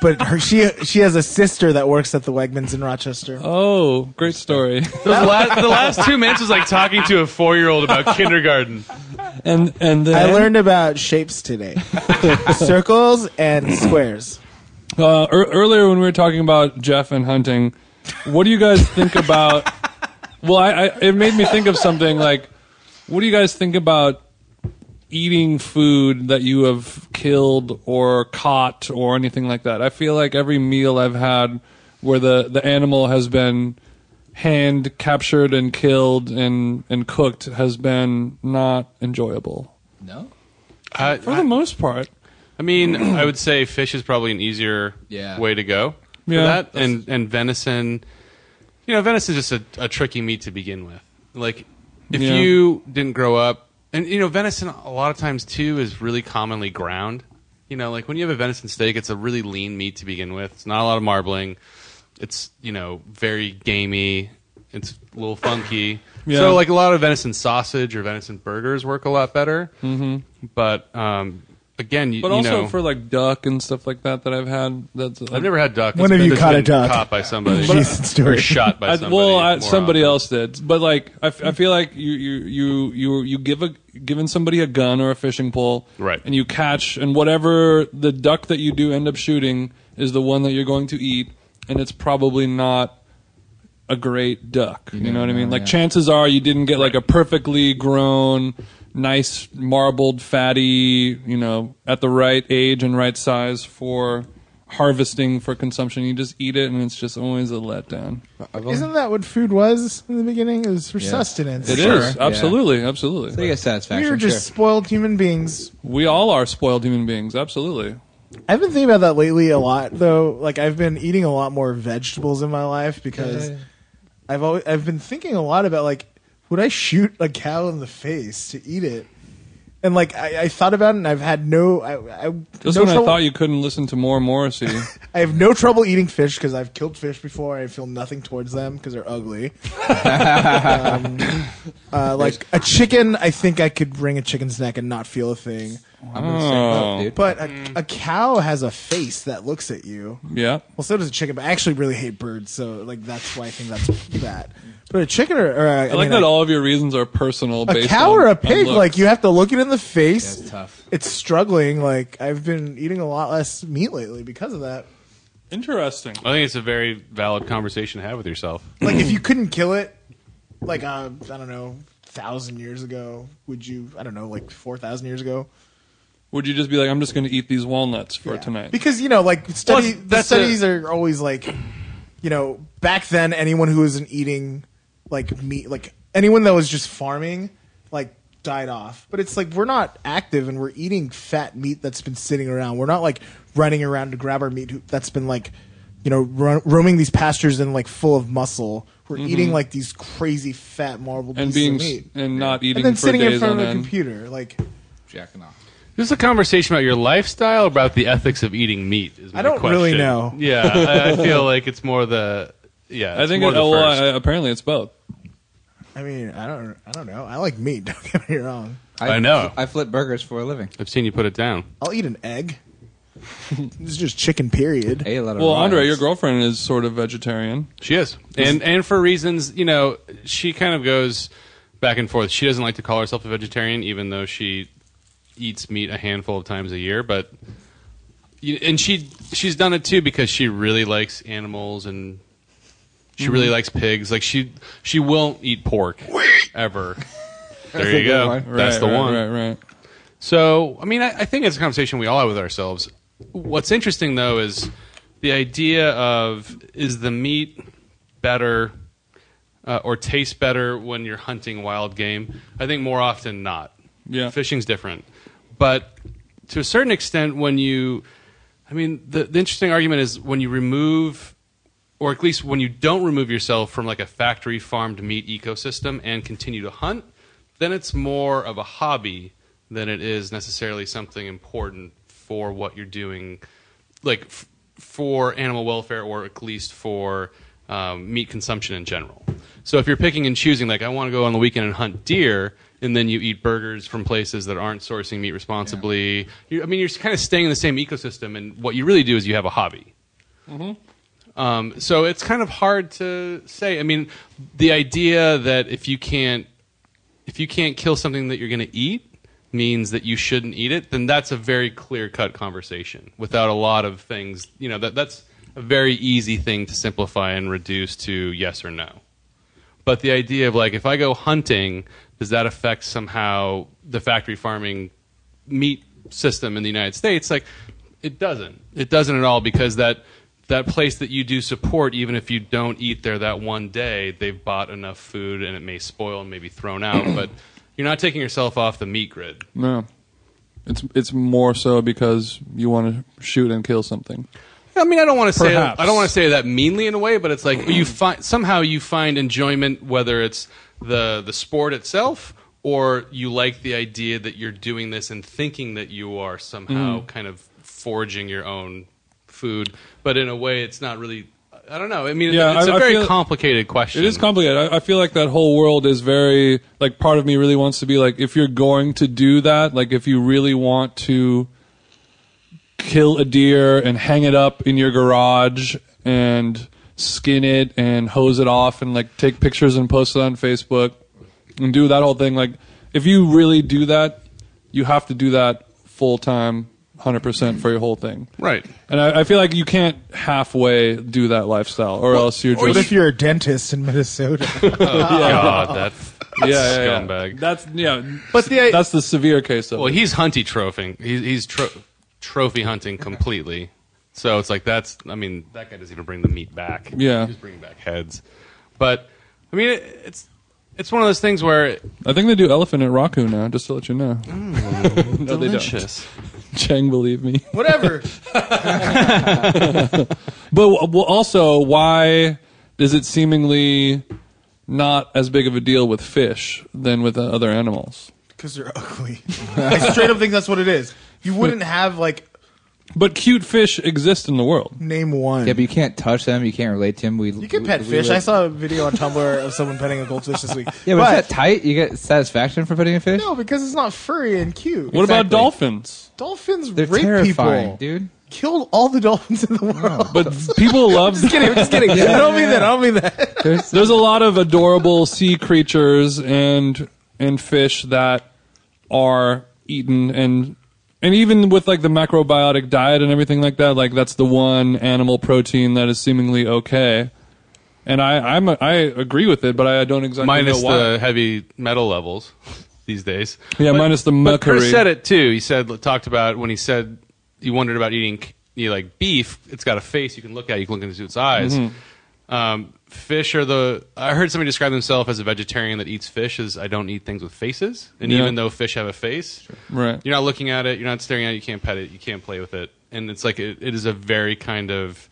C: but her she she has a sister that works at the Wegmans in Rochester.
E: oh,
C: (laughs)
E: great story.
D: Those la- the last two minutes was like talking to a four year old about kindergarten.
E: and and then,
C: I learned about shapes
E: (laughs)
C: today, circles
E: (clears throat)
C: and squares.
E: uh, ear- earlier when we were talking about Jeff and hunting. What do you guys
D: (laughs)
E: think about? well, I, I it made me think of something like, what do you guys think about eating food that you have killed or caught or anything like that? I feel like every meal I've had where the the animal has been hand captured and killed and and cooked has been not enjoyable
F: No.
D: I,
E: for the most part.
D: I mean, I would say fish is probably an easier
F: Yeah.
D: way to go for
E: Yeah.
D: that, and and venison. You know, venison is just a, a tricky meat to begin with. Like, if
E: Yeah.
D: you didn't grow up, and you know, venison a lot of times too is really commonly ground. You know, like when you have a venison steak, it's a really lean meat to begin with. It's not a lot of marbling. It's you know very gamey. It's a little funky.
E: Yeah.
D: So like a lot of venison sausage or venison burgers work a lot better.
E: Mm.
D: Mm-hmm. But um, again, you,
E: But
D: you
E: also
D: know,
E: for like duck and stuff like that that I've had. That's
D: I've never had duck.
C: When
D: It's
C: have you
D: it's
C: caught a duck?
D: Caught by
C: (laughs)
D: somebody.
C: Jason Stewart.
D: Or shot by
E: I-
D: somebody.
E: well, I,
D: more
E: somebody
D: often.
E: else did, but like I, f- I feel like you you you you you give a giving somebody a gun or a fishing pole,
D: Right.
E: And you catch and whatever the duck that you do end up shooting is the one that you're going to eat, and it's probably not a great duck. You, know what I mean? Like
F: yeah.
E: chances are you didn't get like a perfectly grown, nice marbled, fatty, you know, at the right age and right size for harvesting for consumption. You just eat it, and it's just always a letdown.
F: I've only-
C: Isn't that what food was in the beginning? It was for sustenance.
E: It is
F: Sure, yeah.
E: absolutely,
F: They
E: absolutely.
F: get satisfaction.
C: We were just
F: sure.
C: spoiled human beings.
E: We all are spoiled human beings. Absolutely.
C: I've been thinking about that lately a lot, though. Like I've been eating a lot more vegetables in my life because I've always I've been thinking a lot about like would I shoot a cow in the face to eat it? And like I, I thought about it, and I've had no I I,
E: Just
C: no
E: when I
C: trouble,
E: thought you couldn't listen to
C: (laughs)
E: more Morrissey,
C: I have no trouble eating fish because I've killed fish before. I feel nothing towards them because they're
E: (laughs)
C: ugly. um, uh, like a chicken, I think I could wring a chicken's neck and not feel a thing.
F: I'm gonna say
E: Oh.
F: no, dude.
C: But
E: Mm.
C: a, a cow has a face that looks at you.
E: yeah,
C: Well, so does a chicken, but I actually really hate birds, so like that's why I think that's bad. But a chicken or, or a,
E: I like that all of your reasons are personal.
C: a
E: based
C: cow
E: on-
C: or a
E: on
C: pig,
E: looks.
C: like you have to look it in the face.
F: That's tough.
C: It's struggling. Like I've been eating a lot less meat lately because of that.
E: interesting.
D: I think it's a very valid conversation to have with yourself.
C: Like if you couldn't kill it, like uh, I don't know, thousand years ago, would you? I don't know, like four thousand years ago.
E: Would you just be like, I'm just going to eat these walnuts for
C: Yeah.
E: tonight?
C: Because you know, like study,
D: Plus,
C: the
D: that's
C: studies are always like, you know, back then anyone who wasn't eating like meat, like anyone that was just farming, like died off. But it's like we're not active and we're eating fat meat that's been sitting around. We're not like running around to grab our meat who- that's been like you know, ro- roaming these pastures and like full of muscle, who are eating like these crazy fat marble
E: Mm-hmm. and
C: pieces
E: being
C: of
E: s-
C: meat,
E: and not eating
C: and then
E: for
C: sitting
E: days
C: in front
E: on
C: of a
E: end.
C: computer. Like,
F: jacking off.
D: This is a conversation about your lifestyle or about the ethics of eating meat. Is my
C: I don't really
D: question.
C: know.
D: Yeah, I, I feel like it's more the yeah.
E: I
D: it's
E: think
D: more
E: it,
D: the
E: oh,
D: first.
E: uh, apparently it's both.
C: I mean, I don't, I don't know. I like meat. (laughs) Don't get me wrong.
D: I know.
F: I flip burgers for a living.
D: I've seen you put it down.
C: I'll eat an egg. (laughs) this is just chicken. Period.
F: I ate a lot of
E: Well,
F: raw
E: Andre, your
F: eggs.
E: girlfriend is sort of vegetarian.
D: She is, and and for reasons you know, she kind of goes back and forth. She doesn't like to call herself a vegetarian, even though she eats meat a handful of times a year. But you- and she she's done it too because she really likes animals and she really likes pigs. Like she she won't eat pork ever. There you
F: good
D: go.
F: one.
D: That's
E: Right,
D: the
E: right,
D: one.
E: Right, right.
D: So, I mean, I, I think it's a conversation we all have with ourselves. What's interesting, though, is the idea of is the meat better uh, or taste better when you're hunting wild game? I think more often not.
E: Yeah.
D: Fishing's different. But to a certain extent, when you, I mean, the, the interesting argument is when you remove, or at least when you don't remove yourself from like a factory farmed meat ecosystem and continue to hunt, then it's more of a hobby than it is necessarily something important for what you're doing, like f- for animal welfare or at least for um, meat consumption in general. So if you're picking and choosing, like I want to go on the weekend and hunt deer, and then you eat burgers from places that aren't sourcing meat responsibly, you I mean, you're kind of staying in the same ecosystem. And what you really do is you have a hobby. Um, so it's kind of hard to say. I mean, the idea that if you can't if you can't kill something that you're going to eat means that you shouldn't eat it, then that's a very clear cut conversation without a lot of things. You know that that's a very easy thing to simplify and reduce to yes or no. But the idea of like if I go hunting, does that affect somehow the factory farming meat system in the United States? Like it doesn't. It doesn't at all because that that place that you do support, even if you don't eat there that one day, they've bought enough food and it may spoil and may be thrown out, but you're not taking yourself off the meat grid.
E: No. It's it's more so because you want to shoot and kill something.
D: I mean, I don't want to say
E: Perhaps. Mm.
D: I don't want to say that meanly in a way, but it's like you find somehow you find enjoyment whether it's the the sport itself or you like the idea that you're doing this and thinking that you are
E: Mm.
D: somehow kind of forging your own food, but in a way it's not really I don't know. I mean,
E: Yeah,
D: it's a
E: I- I
D: very
E: feel-
D: complicated question.
E: It is complicated. I, I feel like that whole world is very like part of me really wants to be like if you're going to do that, like if you really want to kill a deer and hang it up in your garage and skin it and hose it off and like take pictures and post it on Facebook and do that whole thing like if you really do that, you have to do that full time 100% for your whole thing.
D: right.
E: And I, I feel like you can't halfway do that lifestyle, or else you're
C: What
E: just
C: if you're a dentist in Minnesota?
D: God, that
E: (laughs) yeah, yeah,
D: scumbag.
E: Yeah. That's yeah,
D: But the
E: that's the severe case of
D: Well,
E: it.
D: he's hunty trophying. He's, he's tro- trophy hunting completely. So it's like that's. I mean, that guy doesn't even bring the meat back.
E: Yeah.
D: he's bringing back heads. But I mean, it, it's it's one of those things where
E: I think they do elephant at Raku now, just to let you know. (laughs) no, they don't. Chang, believe me.
C: (laughs) Whatever.
E: But w- w- also, why is it seemingly not as big of a deal with fish than with uh, other animals?
C: Because they're ugly. I straight up think that's what it is. You wouldn't have like
E: But cute fish exist in the world.
C: name one.
F: Yeah, but you can't touch them. You can't relate to them. We
C: you can pet fish. I saw a video on Tumblr of someone petting a goldfish this week.
F: Yeah, but, is that tight? You get satisfaction for putting a fish?
C: no, because it's not furry and cute.
E: What about
F: Exactly.
E: dolphins?
C: dolphins
F: They're
C: rape
F: terrifying,
C: people?
F: dude.
C: Killed all the dolphins in the world. (laughs)
E: But people love.
C: just kidding. I'm just
F: (laughs)
C: kidding. I don't mean that. I don't mean that.
E: There's, a lot of adorable sea creatures and and fish that are eaten and and even with like the macrobiotic diet and everything like that, like that's the one animal protein that is seemingly okay. And I I'm a, I agree with it, but I don't exactly
D: minus
E: know why.
D: the heavy metal levels (laughs) these days.
E: yeah, minus the
D: But
E: mercury.
D: Chris said it too. He said talked about when he said he wondered about eating you know, like beef. It's got a face you can look at. You can look into its eyes.
E: Mm-hmm.
D: Um, fish are the. I heard somebody describe themselves as a vegetarian that eats fish. Is I don't eat things with faces. And
E: Yeah.
D: even though fish have a face,
E: Right.
D: You're not looking at it. You're not staring at it. You can't pet it. You can't play with it. And it's like it, it is a very kind of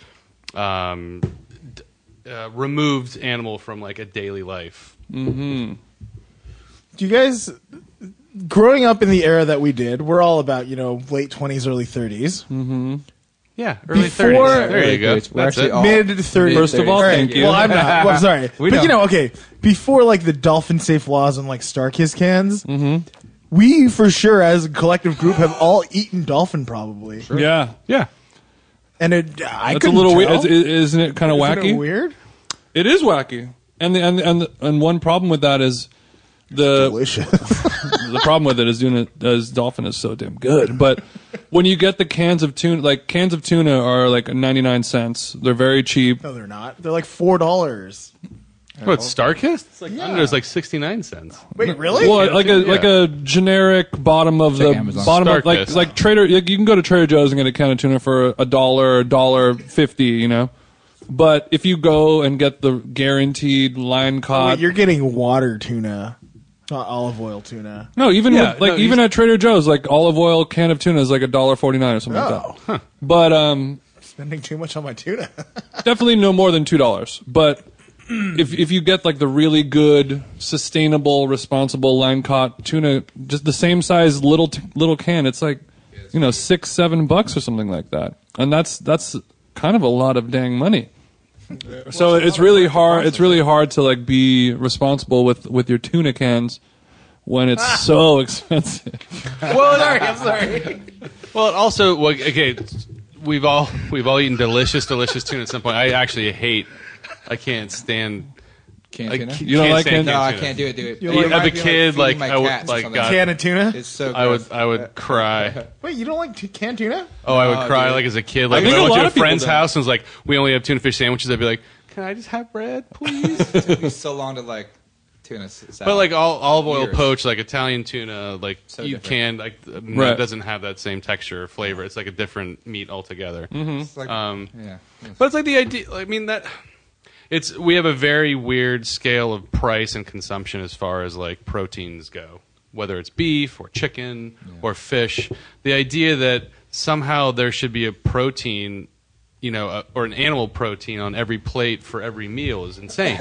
D: um, d- uh, removed animal from like a daily life.
C: Do you guys, growing up in the era that we did, we're all about you know late twenties, early 30s
D: Yeah, early
C: Before-
D: thirties. There you go.
F: We're
D: That's
F: actually
D: it.
F: all-
C: mid thirties.
E: First of all, thank you.
C: Well, I'm not. Well, I'm sorry,
F: Oh, We
C: but you
F: know.
C: know, okay. Before like the dolphin safe laws and like Starkiss cans,
E: Mm-hmm.
C: we for sure as a collective group have all eaten dolphin probably,
E: yeah,
D: yeah.
C: and it I
E: that's a
C: couldn't
E: little
C: tell.
E: weird. Isn't it kind of
C: Isn't
E: wacky?
C: it weird.
E: It is wacky, and the, and and and one problem with that is the the problem with it is doing it as dolphin is so damn good. But when you get the cans of tuna, like cans of tuna are like ninety nine cents. They're very
C: (laughs)
E: cheap.
C: No, they're not. They're like four dollars.
D: What Starkist? It's like under is like sixty nine cents.
C: Wait, really?
E: Mm-hmm. Well, like a
D: Yeah.
E: like a generic bottom of
F: Check
E: the
F: Amazon.
E: bottom
D: Starkist.
E: of, like like Trader. Like you can go to Trader Joe's and get a can of tuna for a dollar, a dollar fifty. You know. But if you go and get the guaranteed
D: Oh,
E: line
C: Wait,
E: caught,
C: you're getting water tuna, not olive oil tuna.
E: No, even
D: Yeah,
E: with, like
D: no,
E: even
D: you-
E: at Trader Joe's, like olive oil can of tuna is like a dollar forty nine or
D: Oh.
E: something like that. But um,
C: Oh. (laughs) Spending too much on my tuna.
E: definitely no more than two dollars. But if if you get like the really good, sustainable, responsible line caught tuna, just the same size little t- little can, it's like you know six seven bucks or something like that, and that's that's kind of a lot of dang money. So it's really hard. It's really hard to like be responsible with with your tuna cans when it's so (laughs) expensive.
D: well, sorry, I'm sorry. (laughs) Well, it also, well, okay, it's- we've all we've all eaten delicious, delicious tuna at some point. I actually hate. I can't stand.
F: Can't
D: I
F: tuna?
D: can't
E: You don't like
D: stand
E: canned
F: no,
E: tuna?
F: I
D: tuna.
F: can't do it, dude.
C: You
F: It
C: like-
F: reminds
D: as a
F: me of,
D: kid,
F: feeding
D: like,
F: my
D: I would-
F: cats or
D: like,
E: Uh,
F: something.
D: God.
C: Can of tuna.
F: It's so.
D: I would
F: gross.
D: I would cry.
C: Wait, you don't like t- canned tuna?
D: Oh, I would
F: Oh,
D: cry
F: dude.
D: like as a kid. Like
E: think
D: if I
E: a
D: went
E: lot
D: to a
E: of people
D: friend's
E: do.
D: house and was like, "We only have tuna fish sandwiches," I'd be like, "Can I just have bread, please?"
F: It took me so long to like tuna s- salad.
D: but like all olive oil
F: Uh, Years.
D: poach, like Italian tuna, like
F: So
D: you can
F: different.
D: like uh,
E: Right.
D: it doesn't have that same texture or flavor. It's like a different meat altogether.
F: It's like-
D: Um,
F: yeah.
D: But it's like the idea. I mean that it's we have a very weird scale of price and consumption as far as like proteins go, whether it's beef or chicken or fish. The idea that somehow there should be a protein, you know, a, or an animal protein on every plate for every meal is insane.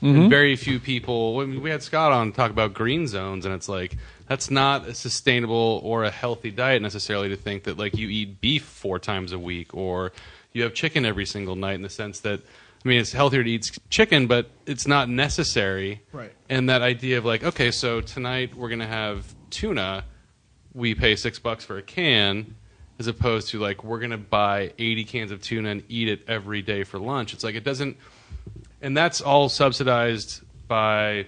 D: And very few people. I mean, we had Scott on talk about green zones, and it's like that's not a sustainable or a healthy diet necessarily to think that like you eat beef four times a week or you have chicken every single night. In the sense that, I mean, it's healthier to eat s- chicken, but it's not necessary.
C: Right.
D: And that idea of like, okay, so tonight we're gonna have tuna. We pay six bucks for a can. As opposed to like we're gonna buy eighty cans of tuna and eat it every day for lunch. It's like it doesn't and that's all subsidized by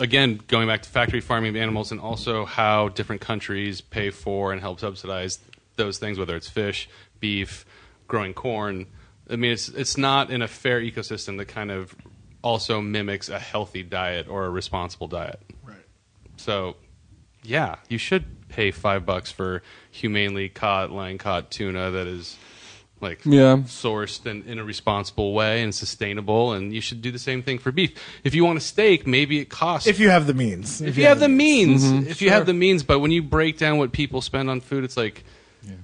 D: again going back to factory farming of animals and also how different countries pay for and help subsidize those things whether it's fish beef growing corn i mean it's it's not in a fair ecosystem that kind of also mimics a healthy diet or a responsible diet
C: Right.
D: so yeah you should pay 5 bucks for humanely caught line caught tuna that is like
E: Yeah.
D: sourced in, in a responsible way and sustainable. And you should do the same thing for beef. If you want a steak, maybe it costs.
C: If you have the means.
D: if you have the means, Mm-hmm. if you have the means, but when you break down what people spend on food, it's like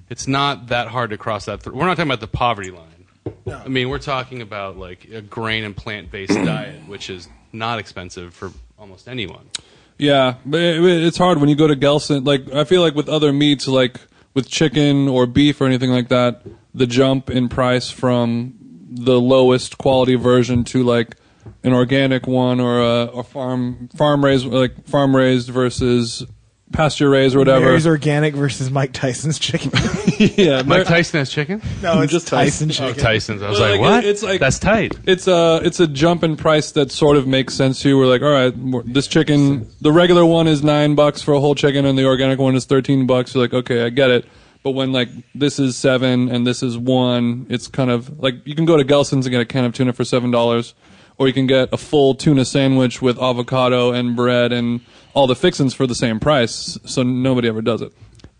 D: it's not that hard to cross that. Th- we're not talking about the poverty line. I mean, we're talking about like a grain and plant based diet, which is not expensive for almost anyone.
E: Yeah, but it, it's hard when you go to Gelson. Like I feel like with other meats, like with chicken or beef or anything like that, the jump in price from the lowest quality version to like an organic one or a, a farm farm raised like farm raised versus pasture raised or whatever.
C: Mary's organic versus Mike Tyson's
D: (laughs)
C: chicken.
E: (laughs) yeah,
D: Mike Tyson has chicken.
C: no, it's
E: Just
C: Tyson,
E: Tyson.
D: Oh,
C: chicken.
D: Tyson's. I was
E: Well,
D: like,
E: like,
D: what?
E: it's like-
D: that's tight.
E: it's a it's a jump in price that sort of makes sense to you. We're like, all right, we're- this chicken, the regular one is nine bucks for a whole chicken, and the organic one is thirteen bucks. You're like, okay, I get it. But when like this is seven and this is one, it's kind of like you can go to Gelson's and get a can of tuna for seven dollars, or you can get a full tuna sandwich with avocado and bread and all the fixins for the same price. So nobody ever does it.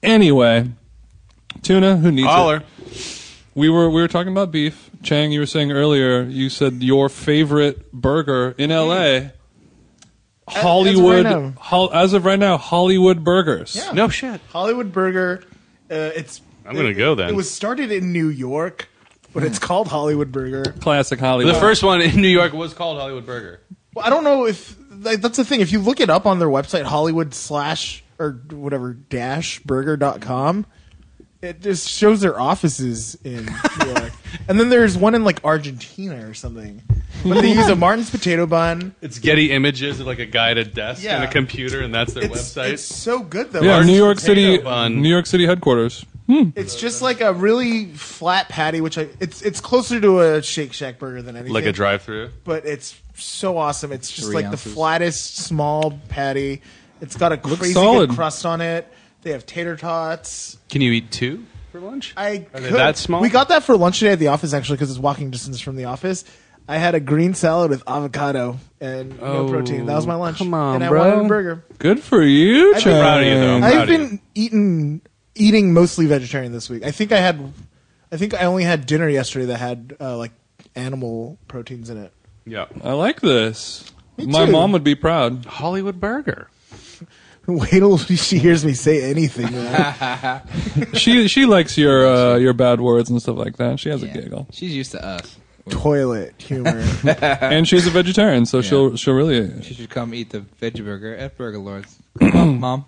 E: Anyway, tuna, who needs it?
D: Holler.
E: We were we were talking about beef. Chang, you were saying earlier, you said your favorite burger in LA, Hollywood.
C: Mm-hmm. as of right now.
E: Hol- as of right now, Hollywood burgers.
C: Yeah.
D: No shit.
C: Hollywood Burger. Uh, it's.
D: I'm gonna go then. Hmm.
C: It was started in New York. but it's called Hollywood Burger.
E: Classic Hollywood.
D: The first one in New York was called Hollywood Burger.
C: Well, I don't know if like, that's the thing. If you look it up on their website, Hollywood slash or whatever dash burger.com, it just shows their offices in New
D: (laughs)
C: York. And then there's one in like Argentina or something. But they
D: (laughs)
C: use a Martin's potato bun.
D: It's Getty Images, like a guy at a desk
C: Yeah.
D: and a computer, and that's their
C: It's,
D: website.
C: it's so good though.
E: yeah,
C: It's-
E: New York City,
D: potato bun.
E: New York City headquarters.
C: It's just like a really flat patty, which I it's it's closer to a Shake Shack burger than anything.
D: like a drive-through.
C: but it's so awesome. It's just
F: Three
C: like the
F: ounces.
C: flattest small patty. It's got a crazy
E: solid.
C: good crust on it. They have tater tots.
D: Can you eat two for lunch?
C: I
D: Are they
C: could.
D: that small?
C: We got that for lunch today at the office actually because it's walking distance from the office. I had a green salad with avocado and
D: Oh,
C: no protein. That was my lunch.
D: come on,
C: and I
D: bro.
C: wanted a burger.
E: Good for you,
C: I've been
D: proud of you, though.
E: Chang.
D: proud
C: I've
D: of
C: been eating eating mostly vegetarian this week. I think I had, I think I only had dinner yesterday that had uh, like animal proteins in it. (laughs)
D: yeah.
E: I like this. My
C: too.
E: mom would be proud.
D: Hollywood Burger.
C: Wait till she hears me say anything.
D: (laughs)
C: man.
E: She she likes your uh, your bad words and stuff like that. She has a giggle,
F: She's used to us.
C: Toilet
D: (laughs)
C: humor.
E: and she's a vegetarian, so she'll she'll really.
F: She should come eat the veggie burger at Burger Lord's. (coughs) Mom, mom.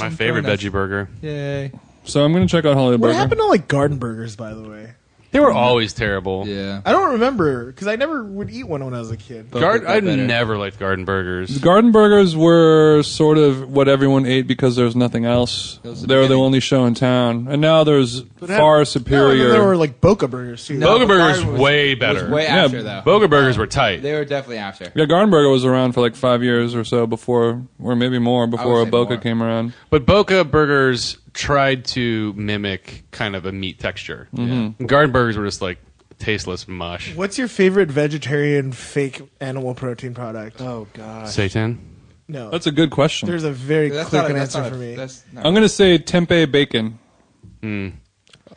D: My favorite
F: enough.
D: veggie burger.
F: Yay.
E: So I'm gonna check out Hollywood
C: what
E: Burger.
C: happened to like garden burgers, by the way?
D: They were always terrible.
F: Yeah.
C: I don't remember because I never would eat one when I was a kid.
F: But
D: Garden,
F: we'll
D: I
F: get better.
D: never liked garden burgers.
E: Garden burgers were sort of what everyone ate because there was nothing else.
F: was the
E: they were the
F: beginning.
E: only show in town, and now there's far
C: No, and then
E: superior.
C: there were like boca burgers too.
F: No,
D: Boga
F: but
D: burgers
F: Garden was-
D: way
F: It was
D: better.
F: way
E: Yeah,
F: after though.
D: Boga burgers were tight.
F: They were definitely after.
E: yeah, Garden burger was around for like five years or so before, or maybe more before
F: say
E: Boca
F: more.
E: came around.
D: But Boca burgers tried to mimic kind of a meat texture. Garden burgers were just like tasteless mush.
C: What's your favorite vegetarian fake animal protein product?
F: Oh god.
D: Satan.
C: no,
E: That's a good question.
C: there's a very
F: That's
C: quick
F: not, a-
C: an
F: that's
C: answer
F: not a-
C: for me.
F: That's not
E: I'm gonna say tempeh bacon.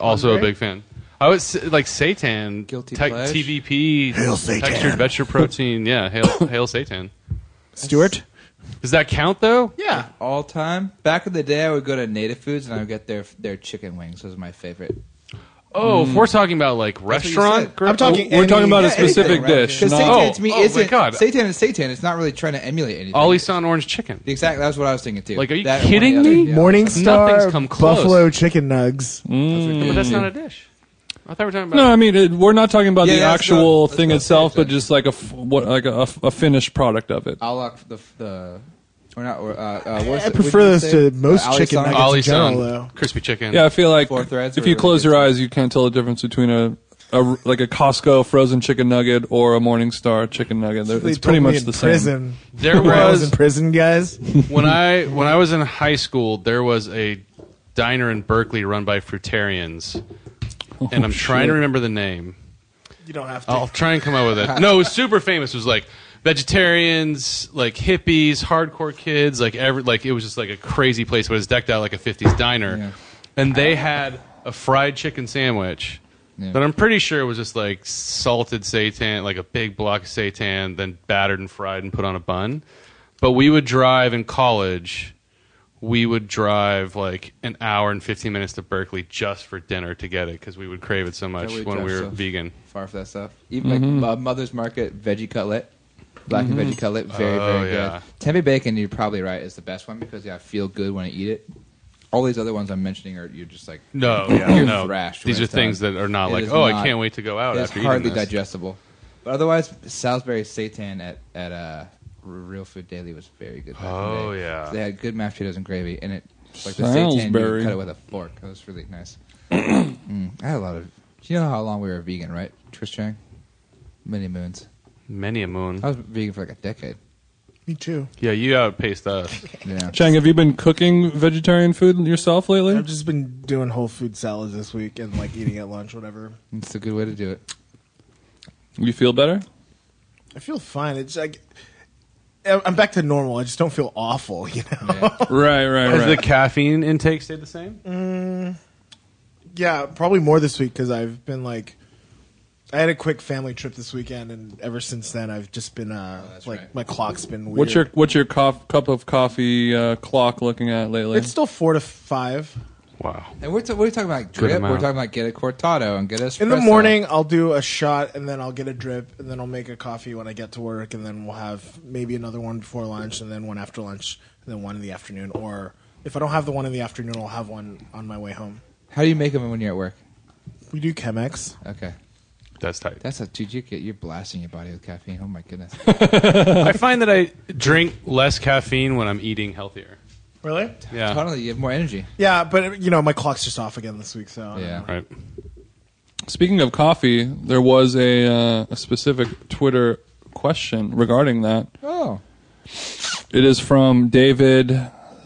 D: Also
C: Andre?
D: a big fan. I was like Satan,
F: Guilty
D: tec-
F: pledge?
D: TVP,
C: Hail Satan.
D: textured vegetable protein. Yeah, hail, hail Satan.
C: Stuart.
D: Does that count though?
C: Yeah,
F: all time. Back in the day, I would go to Native Foods and I would get their their chicken wings. Was my favorite.
D: Oh, if we're talking about like
F: you
D: restaurant,
F: said.
D: gr-
C: I'm talking.
E: We're talking about a
C: anything.
E: specific
F: anything, right?
E: dish.
F: Because
E: not-
F: Satan to me
D: oh my
F: isn't
D: God.
F: Satan is Satan. It's not really trying to emulate anything.
D: Ollie San Orange Chicken.
F: Exactly. That's what I was thinking too.
D: Like, are you
F: That or
D: kidding
F: one of the
D: me?
F: other- yeah.
C: Morning Star
D: Nothing's come close.
C: buffalo chicken nugs.
E: Mm,
D: But that's not a dish. I thought we were talking about.
E: No, I mean it, we're not talking about
F: Yeah,
E: the
F: that's
E: actual
F: not- that's
E: thing
F: not
E: itself, but
F: Satan.
E: just like a f- what like a, a finished product of it.
F: I like the the. Or not, or, uh, uh,
C: I
F: what's the-
C: prefer
F: what'd you
C: this
F: say?
C: to most
F: Uh, Ali
C: chicken
F: Song?
C: nuggets.
D: Ollie
C: in general,
D: San
C: though.
D: crispy chicken.
E: Yeah, I feel like
F: Four threads
E: if
F: or
E: you close your
F: different?
E: eyes, you can't tell the difference between a, a r- like a Costco frozen chicken nugget or a Morningstar chicken nugget. They're-
C: They
E: It's pretty
C: told me
E: much
C: in
E: the same.
C: prison. (laughs)
D: There
C: when I was in
D: was
C: prison, (laughs) guys.
D: when I when I was in high school, there was a diner in Berkeley run by fruitarians, and I'm trying to remember the name.
C: You don't have to.
E: Oh.
D: I'll try and come up with it. No, it was super famous. It was like vegetarians, like hippies, hardcore kids, like every like it was just like a crazy place, but it was decked out like a '50s diner,
F: Yeah.
D: and they had a fried chicken sandwich.
F: Yeah.
D: But I'm pretty sure it was just like salted seitan, like a big block of seitan, then battered and fried and put on a bun. But we would drive in college. We would drive like an hour and 15 minutes to Berkeley just for dinner to get it because we would crave it so much
F: we
D: when
F: drive
D: we were
F: so-
D: vegan.
F: Far for that stuff. Even like uh, Mother's Market veggie cutlet, black and veggie cutlet, very
D: Oh,
F: very
D: yeah.
F: good. Tempeh bacon, you're probably right, is the best one because yeah, I feel good when I eat it. All these other ones I'm mentioning are you're just like (laughs)
D: No, yeah,
F: You're
D: no.
F: thrashed
D: These
F: when
D: are
F: it's
D: things
F: done.
D: that are not
F: It
D: like,
F: is
D: oh, I
F: not-
D: can't wait to go out
F: it's
D: after
F: hardly
D: eating this.
F: digestible. But otherwise, Salisbury seitan at at uh, R- Real Food Daily was very good. Back in the
D: Oh,
F: day.
D: yeah.
F: they had good mashed potatoes and gravy, and it like the seitan you
E: Salisbury.
F: could cut it with a fork. It was really nice. (clears throat) Mm, I had a lot of. Do you know how long we were vegan, right, Trish Chang? Many moons.
D: Many a moon.
F: I was vegan for like a decade.
C: Me too.
D: Yeah, you outpaced (laughs)
F: (laughs)
D: us.
F: Yeah.
E: Chang, have you been cooking vegetarian food yourself lately?
C: I've just been doing whole food salads this week and like eating at lunch, whatever.
F: It's a good way to do it.
E: You feel
F: (laughs)
E: better?
C: I feel fine. It's like I'm back to normal. I just don't feel awful, (laughs) you know.
F: Yeah.
E: Right, right,
D: Has the
E: right.
D: caffeine intake stayed the same?
F: Mm.
C: Yeah, probably more this week because I've been like, I had a quick family trip this weekend, and ever since then I've just been uh,
F: that's
C: like
F: right.
C: my clock's been weird.
E: Oh, What's your what's your cof- cup of coffee uh, clock looking at lately?
C: It's still four to five.
D: Wow.
F: And we're, t- we're talking about like drip. We're
D: amount.
F: talking about get a cortado and get a
C: In the morning, I'll do a shot and then I'll get a drip and then I'll make a coffee when I get to work and then we'll have maybe another one before lunch and then one after lunch and then one in the afternoon. Or if I don't have the one in the afternoon, I'll have one on my way home.
F: How do you make them when you're at work?
C: We do Chemex.
F: Okay.
D: That's tight.
F: That's a dude. You get you're blasting your body with caffeine. Oh my goodness.
D: I find that I drink less caffeine when I'm eating healthier.
C: Really?
D: Yeah.
F: Totally, you have more energy.
C: Yeah, but you know my clock's just off again this week, so I don't
F: Yeah.
C: know.
D: Right.
E: Speaking of coffee, there was a, uh, a specific Twitter question regarding that.
F: Oh,
E: It is from David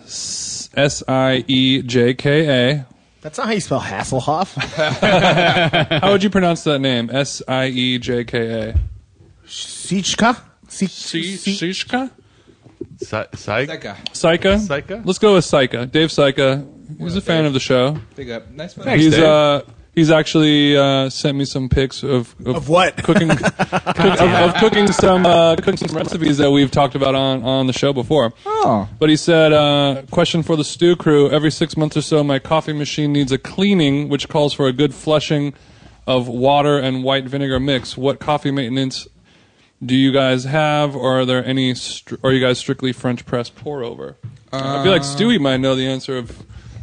E: S I E J K
C: that's not how you spell Hasselhoff. (laughs)
E: A. How would you pronounce that name? S I E J K A.
C: Sichka. Si-
E: Si-
C: si-
E: Shishka?
D: Psy- psych-
F: that guy.
E: Psyka?
D: Psyka?
E: Let's go with Psyka. Dave Psyka. He's a fan of the show.
F: Big up. Nice one.
D: Thanks.
E: He's
D: Dave.
E: uh he's actually uh, sent me some pics of of,
C: Of what?
E: cooking cook, of, of cooking some uh, cooking some recipes that we've talked about on on the show before.
F: Oh,
E: But he said, uh, question for the stew crew. Every six months or so, my coffee machine needs a cleaning, which calls for a good flushing of water and white vinegar mix. What coffee maintenance do you guys have, or are there any? Str- are you guys strictly French press pour over? I feel like
F: Uh,
E: Stewie might know the answer of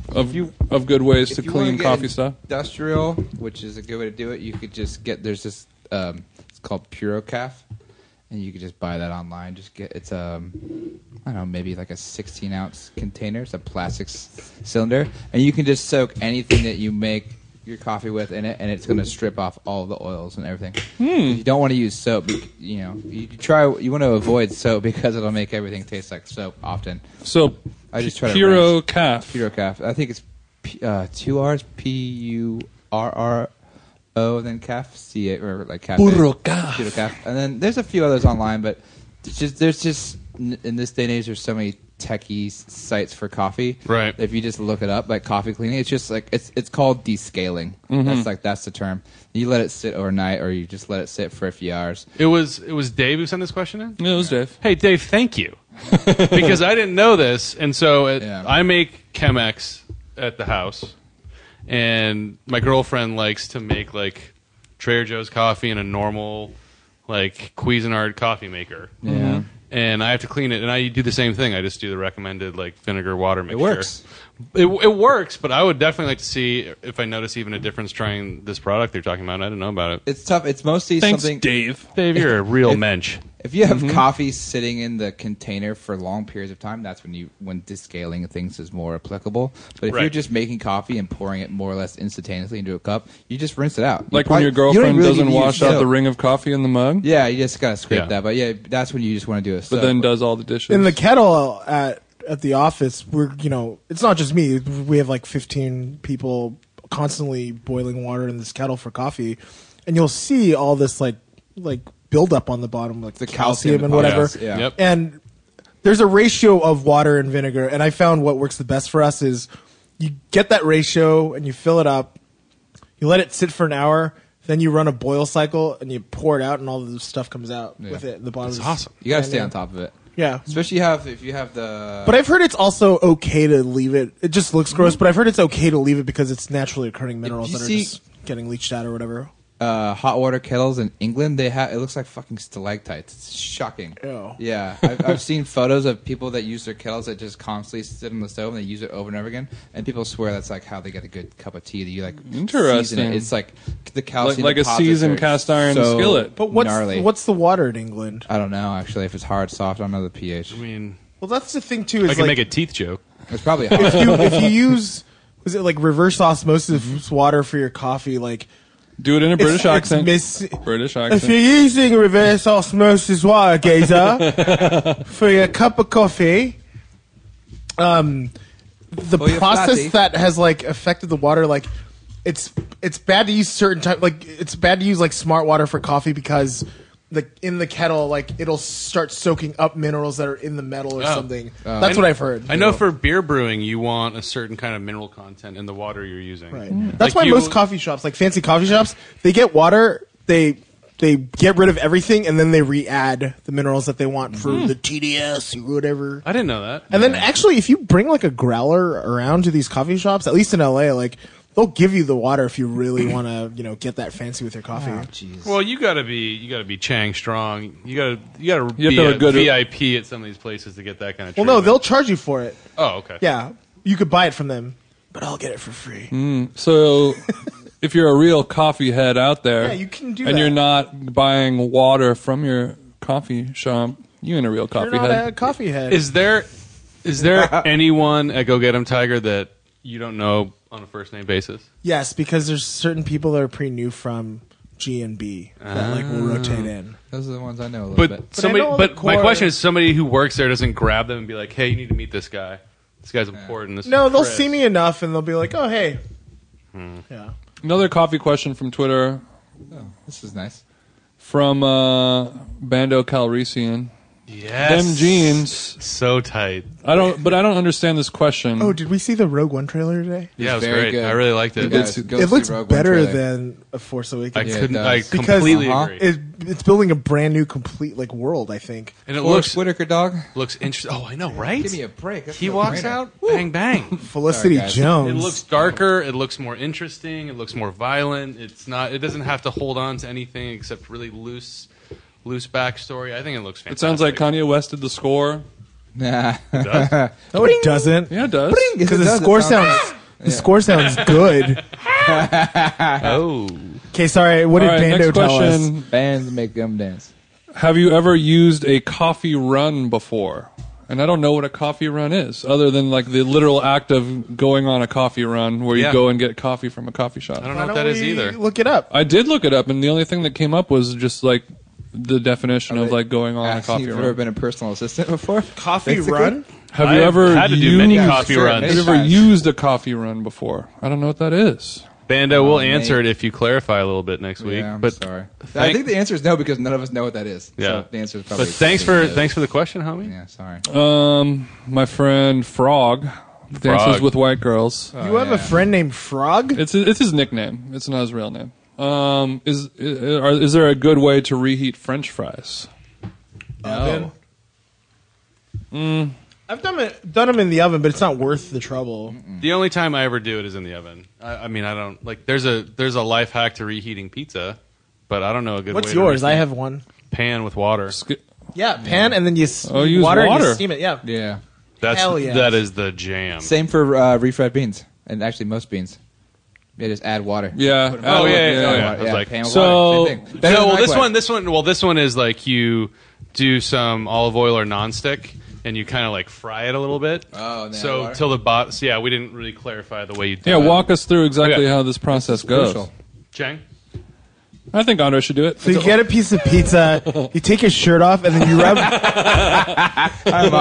E: of of good ways to
F: If you
E: clean
F: wanna get
E: coffee stuff.
F: Industrial, which is a good way to do it. You could just get there's this um, it's called Purocaf, and you could just buy that online. Just get it's um I don't know maybe like a 16 ounce container. It's a plastic s- cylinder, and you can just soak anything that you make your coffee with in it, and it's going to strip off all the oils and everything.
E: Hmm.
F: You don't want to use soap. bec- You know, you try you want to avoid soap (laughs) because it'll make everything taste like soap often.
E: So,
F: I just try to
E: Puro
F: rinse.
E: Caf.
F: Purocaf. I think it's P- uh, two R's. P U R R O, and then caf. C A or like caf.
E: Purocaf.
F: Purocaf. And then there's a few others online, but it's just there's just n- in this day and age, there's so many techie s- sites for coffee.
D: Right.
F: If you just look it up, like coffee cleaning, it's just like it's it's called descaling. That's like that's the term. You let it sit overnight, or you just let it sit for a few hours.
D: It was it was Dave who sent this question in.
E: Yeah, it was Dave.
D: Hey Dave, thank you (laughs) because I didn't know this, and so it,
F: Yeah.
D: I make Chemex at the house, and my girlfriend likes to make like Trader Joe's coffee in a normal like Cuisinart coffee maker.
F: Yeah.
D: And I have to clean it, and I do the same thing. I just do the recommended like vinegar water mixture.
F: works.
D: It, it works, but I would definitely like to see if I notice even a difference trying this product they're talking about. I don't know about it.
F: It's tough. It's mostly
E: Thanks,
F: something.
E: Dave.
D: Dave, you're a real mensch.
F: If you have
E: Mm-hmm.
F: coffee sitting in the container for long periods of time, that's when you when descaling things is more applicable. But if you're
D: Right.
F: just making coffee and pouring it more or less instantaneously into a cup, you just rinse it out. You
E: Like
F: probably-
E: when your
F: you don't even
E: girlfriend
F: really
E: doesn't
F: need to
E: wash
F: use
E: out the
F: soap.
E: ring of coffee in the mug,
F: Yeah, you just gotta scrape
D: Yeah.
F: that. But yeah, that's when you just want to do it.
E: but then does all the dishes.
C: in the kettle at at the office we're you know it's not just me we have like 15 people constantly boiling water in this kettle for coffee and you'll see all this like like buildup on the bottom like the calcium,
F: calcium
C: and whatever
F: deposits, yeah.
D: Yep.
C: and there's a ratio of water and vinegar and i found what works the best for us is you get that ratio and you fill it up you let it sit for an hour then you run a boil cycle and you pour it out and all the stuff comes out
F: Yeah.
C: with it at the bottom
D: That's
C: is-
D: awesome.
F: you gotta
C: and
F: stay
C: then-
F: on top of it.
C: yeah
F: Especially you have if you have the
C: but I've heard it's also okay to leave it. It just looks gross, but I've heard it's okay to leave it because it's naturally occurring minerals
F: you
C: that are
F: see-
C: just getting leached out or whatever.
F: uh, hot water kettles in England, they have it looks like fucking stalactites. It's shocking.
C: Ew.
F: Yeah, I've, (laughs) I've seen photos of people that use their kettles that just constantly sit on the stove and they use it over and over again, and people swear that's like how they get a good cup of tea. That you like season
E: Interesting.
F: it. It's like the
E: like,
F: calcium,
E: like a
F: deposits
E: seasoned
F: are
E: cast iron
F: so
E: skillet.
C: But what's
F: gnarly.
C: what's the water in England?
F: I don't know actually if it's hard, soft. I don't know the pH.
D: I mean,
C: Well, that's the thing too. Is
D: I can
C: like,
D: make a teeth joke.
F: It's probably
C: (laughs)
F: hard.
C: if (laughs) you if you use was it like reverse osmosis water for your coffee? Like
E: Do
F: (laughs)
E: it in a
C: it's- it's
E: British accent.
C: mis-
E: British
C: if you're
E: accent.
C: using reverse osmosis water gazer
D: (laughs)
C: for your cup of coffee, um, the
F: For your
C: process
F: flatty.
C: that has like affected the water, like it's it's bad to use certain type, like it's bad to use like smart water for coffee because the in the kettle, like it'll start soaking up minerals that are in the metal or
D: Oh.
C: something. That's what I've heard.
D: I know for beer brewing, you want a certain kind of mineral content in the water you're using. Mm-hmm.
C: Right. That's why
D: Like you-
C: most coffee shops, like fancy coffee shops, they get water, they they get rid of everything and then they re-add the minerals that they want for
D: Mm.
C: the TDS or whatever.
D: I didn't know that.
C: And then actually, if you bring like a growler around to these coffee shops, at least in LA, like they'll give you the water if you
D: (clears throat)
C: really want to, you know, get that fancy with your coffee.
D: Oh,
F: Jeez.
D: Well, you gotta be you gotta be Chang strong. You gotta you gotta
E: You have
D: be
E: to have
D: a
E: a good-
D: VIP at some of these places to get that kind of.
C: well, no,
D: treatment.
C: they'll charge you for it.
D: Oh, okay.
C: Yeah, you could buy it from them, but I'll get it for free.
D: Mm.
E: So, if you're a real coffee head out there,
C: Yeah, you can do
E: and
C: that.
E: you're not buying water from your coffee shop, you ain't a real
C: You're
E: coffee
C: not
E: head.
C: a coffee head.
D: Is there is
C: (laughs)
D: there anyone at Go Get 'Em Tiger that you don't know on a first name basis?
C: yes, because there's certain people that are pretty new from G and B that like
D: Ah.
C: will rotate in.
F: Those are the ones I know a little
D: But,
F: bit.
D: somebody.
C: I know
D: But
C: the
D: my
C: core-
D: question is, somebody who works there doesn't grab them and be like, "Hey, you need to meet this guy. This guy's important." This
C: No,
D: is
C: they'll
D: Chris."
C: see me enough and they'll be like, "Oh, hey." Yeah.
E: Another coffee question from Twitter
F: This is nice.
E: from uh, Bando Calrissian.
D: Yes.
E: Them jeans.
D: So tight.
E: I don't, but I don't understand this question.
C: Oh, did we see the Rogue One trailer today?
D: Yeah, it was
F: very
D: great.
F: good.
D: I really liked it.
F: Guys, go
C: it
F: see
C: looks
F: Rogue One
C: better
F: trailer.
C: than a Force
D: I
C: Awakens.
F: Yeah, it
D: couldn't. I
F: does.
C: Because-
D: completely
F: Uh-huh.
D: agree.
C: It, it's building a brand new, complete like world. I think.
D: and it
F: Forrest
D: looks
F: Whitaker dog.
D: looks interesting. Oh, I know, right?
F: Give me a break. That's
D: he
F: no
D: walks
F: brainer.
D: out, bang
F: (laughs)
D: bang.
C: Felicity
F: Sorry, guys.
C: Jones.
D: It looks darker. It looks more interesting. It looks more violent. It's not. It doesn't have to hold on to anything except really loose, loose backstory. I think it looks
E: it
D: fantastic.
E: sounds like Kanye West did the score.
F: Nah.
D: does?
C: no, it doesn't.
E: Yeah, it does.
F: Yes,
C: Because
F: it
C: the
F: does. It
C: score
F: sounds-
C: sounds, the score
F: (laughs)
C: sounds good.
D: oh,
C: Okay, sorry. What
E: All
C: did
E: right,
C: Bando
E: next
C: tell us?
E: question.
F: (laughs) Bands make them dance.
E: Have you ever used a coffee run before? And I don't know what a coffee run is, other than like the literal act of going on a coffee run where you
D: Yeah.
E: go and get coffee from a coffee shop.
D: I don't
E: I,
D: know
C: Why
D: what that
C: don't
D: is
C: we
D: either.
C: Look it up.
E: did look it up, and the only thing that came up was just like the definition of
F: they
E: like going on a
F: Ask
E: coffee
F: Oh, you've ever
E: run.
F: been a personal assistant before?
C: Coffee
F: Basically.
C: run.
E: Have
D: I
E: you ever
D: had to do
E: used,
D: many coffee
F: Sure,
D: runs?
E: Have you
F: maybe.
E: ever usused a coffee run before? I don't know what that is.
D: Bando, we'll
F: Oh,
D: answer
F: mate.
D: it if you clarify a little bit next week.
F: Yeah, I'm
D: but
F: sorry. I
D: thank-
F: think the answer is no because none of us know what that is.
D: Yeah.
F: So the answer is probably.
D: but thanks for
F: no.
D: thanks Oh. for the question, homie.
F: Yeah, sorry.
E: Um, my friend Frog dances
D: Frog. Oh.
E: with white girls.
C: You have a
F: yeah.
C: friend named Frog.
E: It's it's his nickname. It's not his real name. Um, is i- are- is there a good way to reheat French fries?
C: Oven. Mm. I've done it, done them in the oven, but it's not worth the trouble.
D: The only time I ever do it is in the oven. I, I mean, I don't like. There's a there's a life hack to reheating pizza, but I don't know a good.
C: What's
D: way
C: yours?
D: To
C: I
D: reheat
C: have one.
D: pan with water.
E: Sk-
C: Yeah, pan and then you s-
E: Oh, use
C: water, and
E: water.
C: you steam it. Yeah.
F: Yeah.
D: That's
C: Hell yes.
D: that is the jam.
F: Same for uh, refried beans, and actually most beans. They just add water.
E: Yeah.
D: Oh, yeah, yeah,
F: Add
D: yeah.
F: water.
D: I was like,
F: pan with
E: so-
F: water, same thing. Better
D: No,
F: than
D: well, this
F: microwave.
D: one, this one, well, this one is like you do some olive oil or nonstick, and you kind of like fry it a little bit.
F: Oh, and then add
D: so
F: water.
D: till the bot. So yeah, we didn't really clarify the way you do.
E: Yeah,
D: it.
E: walk us through exactly
D: Okay.
E: how this process goes.
F: Crucial.
D: Chang.
E: I think Andre should do it.
C: So you get a piece of pizza, you take your shirt off, and then you (laughs) rub.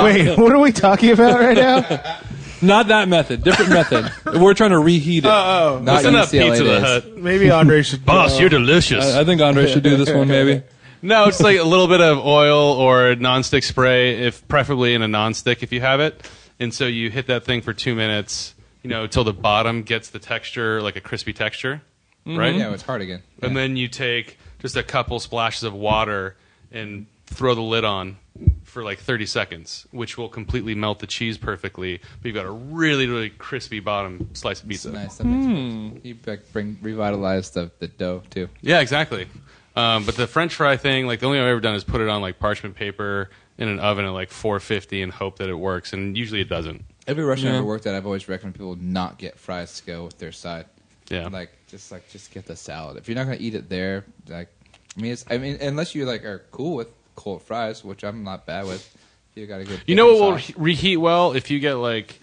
C: Wait, what are we talking about right now?
E: Not that method. Different method. We're trying to reheat it.
C: Oh,
F: Not
D: Listen up,
F: UCLA
D: Pizza the
F: days.
C: (laughs)
D: Hut.
C: maybe Andre should.
D: Boss,
C: go.
D: you're delicious.
E: I, I think Andre should do this one. Maybe.
D: no, it's like a little bit of oil or nonstick spray, if preferably in a nonstick if you have it. And so you hit that thing for two minutes, you know, till the bottom gets the texture, like a crispy texture, right?
F: Mm-hmm. Yeah, it's hard again.
D: and then you take just a couple splashes of water and throw the lid on for like 30 seconds, which will completely melt the cheese perfectly. But you've got a really, really crispy bottom slice of
F: It's
D: pizza.
F: nice. That makes
D: Hmm.
F: sense. You like, bring revitalize the, the dough too.
D: Yeah, exactly. Um, but the French fry thing, like the only thing I've ever done is put it on like parchment paper in an oven at like 450 and hope that it works, and usually it doesn't.
F: Every restaurant
E: Yeah.
F: I've ever worked at, I've always recommended people not get fries to go with their side.
D: Yeah.
F: Like just like just get the salad. If you're not gonna eat it there, like I mean, it's, I mean, unless you like are cool with cold fries, which I'm not bad with. You got to go.
D: You know what will he- reheat well if you get like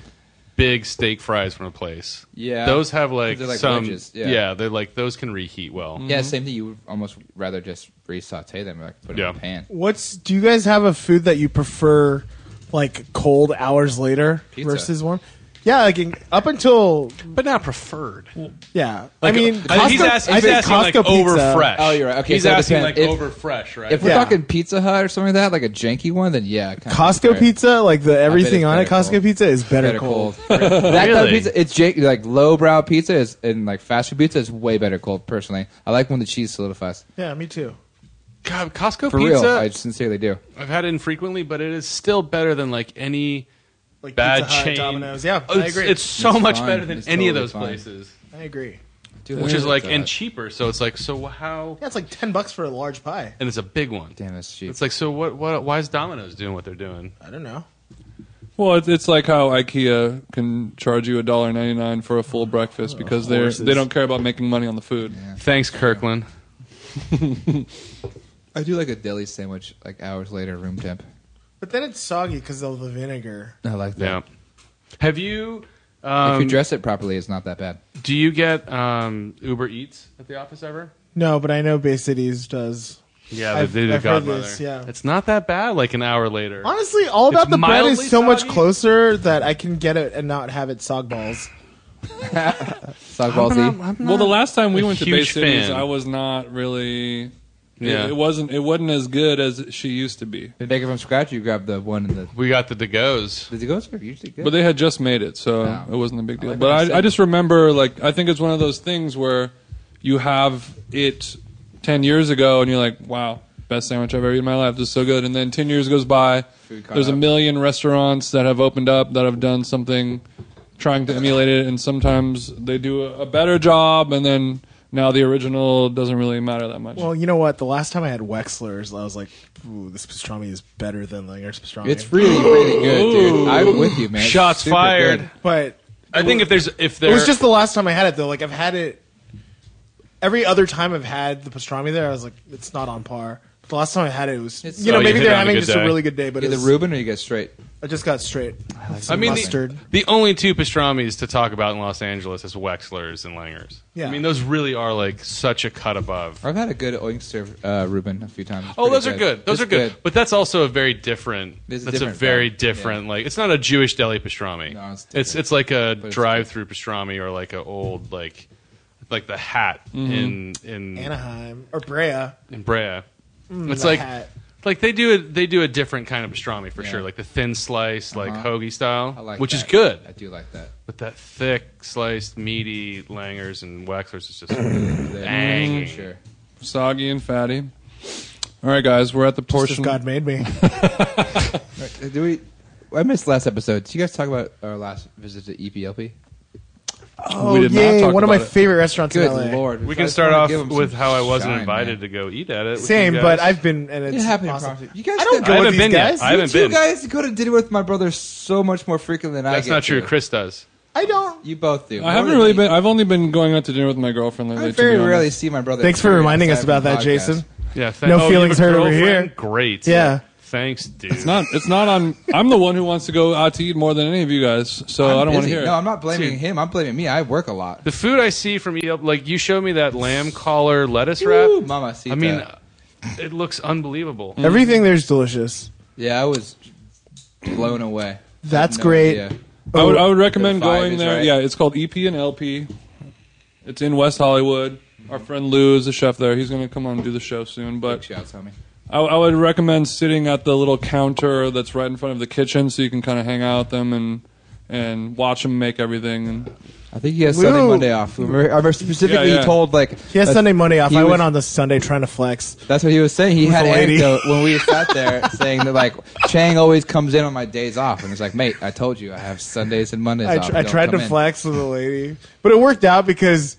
D: big steak fries from a place.
F: Yeah.
D: those have like,
F: They're like
D: some.
F: wedges, yeah.
D: they're like those can reheat well.
F: Mm-hmm. Yeah, same thing. You would almost rather just re-saute them, like put them in
D: Yeah.
F: a pan.
C: What's? Do you guys have a food that you prefer, like cold hours later
F: Pizza.
C: versus warm? Yeah, like in, up until
D: But not preferred.
C: yeah.
D: Like,
C: I mean,
D: uh, he's
C: Costco-
D: asking,
C: I
D: he's
C: think
D: asking like
C: Costco
D: over
C: pizza-
D: fresh.
F: Oh, you're right. Okay,
D: he's
F: so it
D: asking like
F: depends. If-
D: over fresh, right?
F: If we're
C: Yeah.
F: talking Pizza Hut or something like that, like a janky one, then yeah. kinda
C: Costco
F: prefer it.
C: pizza, like the everything
F: it's
C: on it,
F: better
C: Costco
F: cold.
C: pizza is better,
F: better
C: cold.
F: cold. that kind
D: (laughs)
F: of
D: Really?
F: pizza, it's janky, like lowbrow pizza is and like fast food pizza is way better cold. Personally, I like when the cheese solidifies.
C: Yeah, me too.
D: God, Costco
F: For
D: pizza.
F: real, I sincerely do.
D: I've had it infrequently, but it is still better than like any
C: Like
D: bad
C: Pizza Hut,
D: chain.
C: Domino's. Yeah,
D: Oh,
C: I
D: it's,
C: agree.
D: It's so
F: It's
D: much
F: fine.
D: better than
F: It's
D: any of
F: totally
D: those
F: fine.
D: places,
C: I agree.
F: Dude,
D: which is like
F: Pizza
D: and
F: Hut.
D: cheaper. So it's uh, like so how
C: Yeah, it's like ten bucks for a large pie.
D: and it's a big one.
F: Damn, that's cheap.
D: It's like so what what why is Domino's doing what they're doing?
C: I don't know.
E: Well, it's, it's like how IKEA can charge you a dollar ninety nine for a full breakfast because they
C: horses.
E: they don't care about making money on the food.
D: Thanks, Kirkland.
F: I do like a deli sandwich like hours later, room temp.
C: But then it's soggy because of the vinegar.
F: I like
D: Yeah.
F: that.
D: Have you?
F: If you
D: Um,
F: dress it properly, it's not that bad.
D: do you get um, Uber Eats at the office ever?
C: No, but I know Bay Cities does.
D: Yeah,
C: I've-
D: they do the
C: I've heard
D: Godmother.
C: this, yeah.
D: It's not that bad. Like an hour later.
C: Honestly, all
D: It's
C: about the bread is
D: mildly
C: so much
D: soggy.
C: closer that I can get it and not have it sog balls.
F: Sock ballsy.
E: Well, the last time we
D: a
E: went to Bay
D: huge
E: Cities,
D: fan.
E: I was not really. Yeah.
D: Yeah.
E: It, it wasn't. It wasn't as good as she used to be.
F: They make it from scratch. You grab the one in the.
D: we got the to goes.
F: The goes are usually good.
E: But they had just made it, so
F: Yeah.
E: it wasn't a big deal.
F: like what you
E: but
F: said.
E: I, I just remember, like, I think it's one of those things where you have it 10 years ago and you're like, wow, best sandwich I've ever eaten in my life. This is so good. And then 10 years goes by.
F: Food caught
E: There's a
F: up.
E: million restaurants that have opened up that have done something trying to emulate it, and sometimes they do a, a better job, and then now the original doesn't really matter that much.
C: Well, you know what? The last time I had Wexler's, I was like, "Ooh, this pastrami is better than Langer's pastrami."
F: it's really, really good, dude. I'm with you, man. It's
D: Shots
F: super
D: fired.
F: good.
C: but
D: I think if there's if
C: it
D: there
C: was just the last time I had it though. Like I've had it every other time I've had the pastrami there. I was like, it's not on par. But the last time I had it, it was
F: It's-
C: you
D: Oh,
C: know
D: you
C: maybe
D: hit
C: they're
D: it on a
C: having
D: good
C: just
D: day.
C: a really good day, but
F: Either
C: it's,
F: Reuben or you get straight.
C: I just got straight.
F: I
D: I mean, the,
C: mustard.
D: the only two pastrami's to talk about in Los Angeles is Wexler's and Langer's.
C: Yeah.
D: I mean, those really are like such a cut above.
F: I've had a good oyster uh, Reuben a few times. It's
D: Oh,
F: pretty
D: those are good. Those
F: It's
D: are good. But that's also a very different.
F: It's a
D: that's
F: different
D: a very
F: vibe.
D: different. Like it's not a Jewish deli pastrami.
F: No,
D: it's
F: it's different.
D: it's like a
F: it's
D: drive-through pastrami or like a old like like the hat
F: Mm-hmm.
D: in in
C: Anaheim or Brea.
D: in Brea.
F: Mm,
D: it's
C: the
D: like
C: hat.
D: like they do it. They do a different kind of pastrami for
F: Yeah.
D: sure, like the thin slice, like
F: Uh-huh.
D: hoagie style,
F: I like
D: which is
F: is
D: good.
F: I do like that.
D: But that thick, sliced, meaty Langers and
C: (clears throat)
D: Wexlers is just
F: They're-
D: banging.
F: for Sure.
E: Soggy and fatty. All right, guys, we're at the
C: Just
E: portion.
C: as God made me.
F: Uh, Do we? I missed last episode. Did you guys talk about our last visit to E EPLP?
C: Oh
E: We did not
C: yay!
E: talk
C: One of my
E: about it.
C: favorite restaurants
F: Good
C: in LA.
F: lord.
D: We
F: I
D: can
F: just
D: start
F: wanna
D: off
F: give 'em some
D: with how I wasn't
F: shine,
D: invited
F: man.
D: to go eat at it. with
C: Same,
D: you
C: but
D: guys.
C: I've been and it's
F: It happened.
C: awesome.
F: Awesome. You guys
C: I don't
F: did-
C: go
D: I
C: with
D: haven't
C: these
D: been yet.
C: guys.
D: I haven't
F: you
D: been.
F: guys go to dinner with my brother so much more frequently than I.
D: That's
F: get
D: not true.
F: to.
D: Chris does.
C: I don't.
F: You both do.
E: I haven't
F: More
E: really
F: than me.
E: been. I've only been going out to dinner with my girlfriend lately.
F: I
E: to be
F: very
E: honest.
F: rarely see my brother.
C: Thanks for
F: Period.
C: reminding us
F: Outside
C: about
F: of the
C: that,
F: podcast.
C: Jason.
D: Yeah. Thank,
C: No
D: oh, you have
C: feelings
D: a
C: hurt over
D: girlfriend?
C: here.
D: Great.
C: Yeah.
D: Thanks, dude.
E: It's not. It's not on. I'm the one who wants to go out to eat more than any of you guys, so
F: I'm
E: I don't want to
F: busy.
E: hear.
F: No,
E: it.
F: I'm not blaming
D: Dude.
F: him. I'm blaming me. I work a lot.
D: The food I see from EL, like you showed me
C: (sighs)
D: that lamb collar lettuce wrap.
F: Ooh, mamacita.
D: I mean, it looks unbelievable.
C: Everything there's delicious.
F: yeah, I was blown away.
C: That's
F: No
C: great.
F: idea.
E: I would. I would recommend
F: The vibe
E: going
F: is
E: there.
F: right.
E: Yeah, it's called EP and LP. It's in West Hollywood. Our friend Lou is a chef there. He's going to come on and do the show soon.
F: Big
E: But
F: shouts, homie.
E: I, I would recommend sitting at the little counter that's right in front of the kitchen, so you can kind of hang out with them and and watch them make everything. And
F: I think he has
C: Woo.
F: Sunday Monday off. Remember, I remember specifically
E: Yeah, yeah.
F: he told like
C: He has
F: that's-
C: Sunday money off.
F: he
C: I
F: was-
C: went on the Sunday trying to flex.
F: That's what he was saying. He
C: With
F: had
C: a lady.
F: anecdote when we
C: (laughs)
F: sat there saying that like Chang always comes in on my days off, and it's like, mate, I told you I have Sundays and Mondays
C: I,
F: off.
C: tr- I
F: Don't
C: tried
F: come
C: to
F: in."
C: flex with a lady, but it worked out because,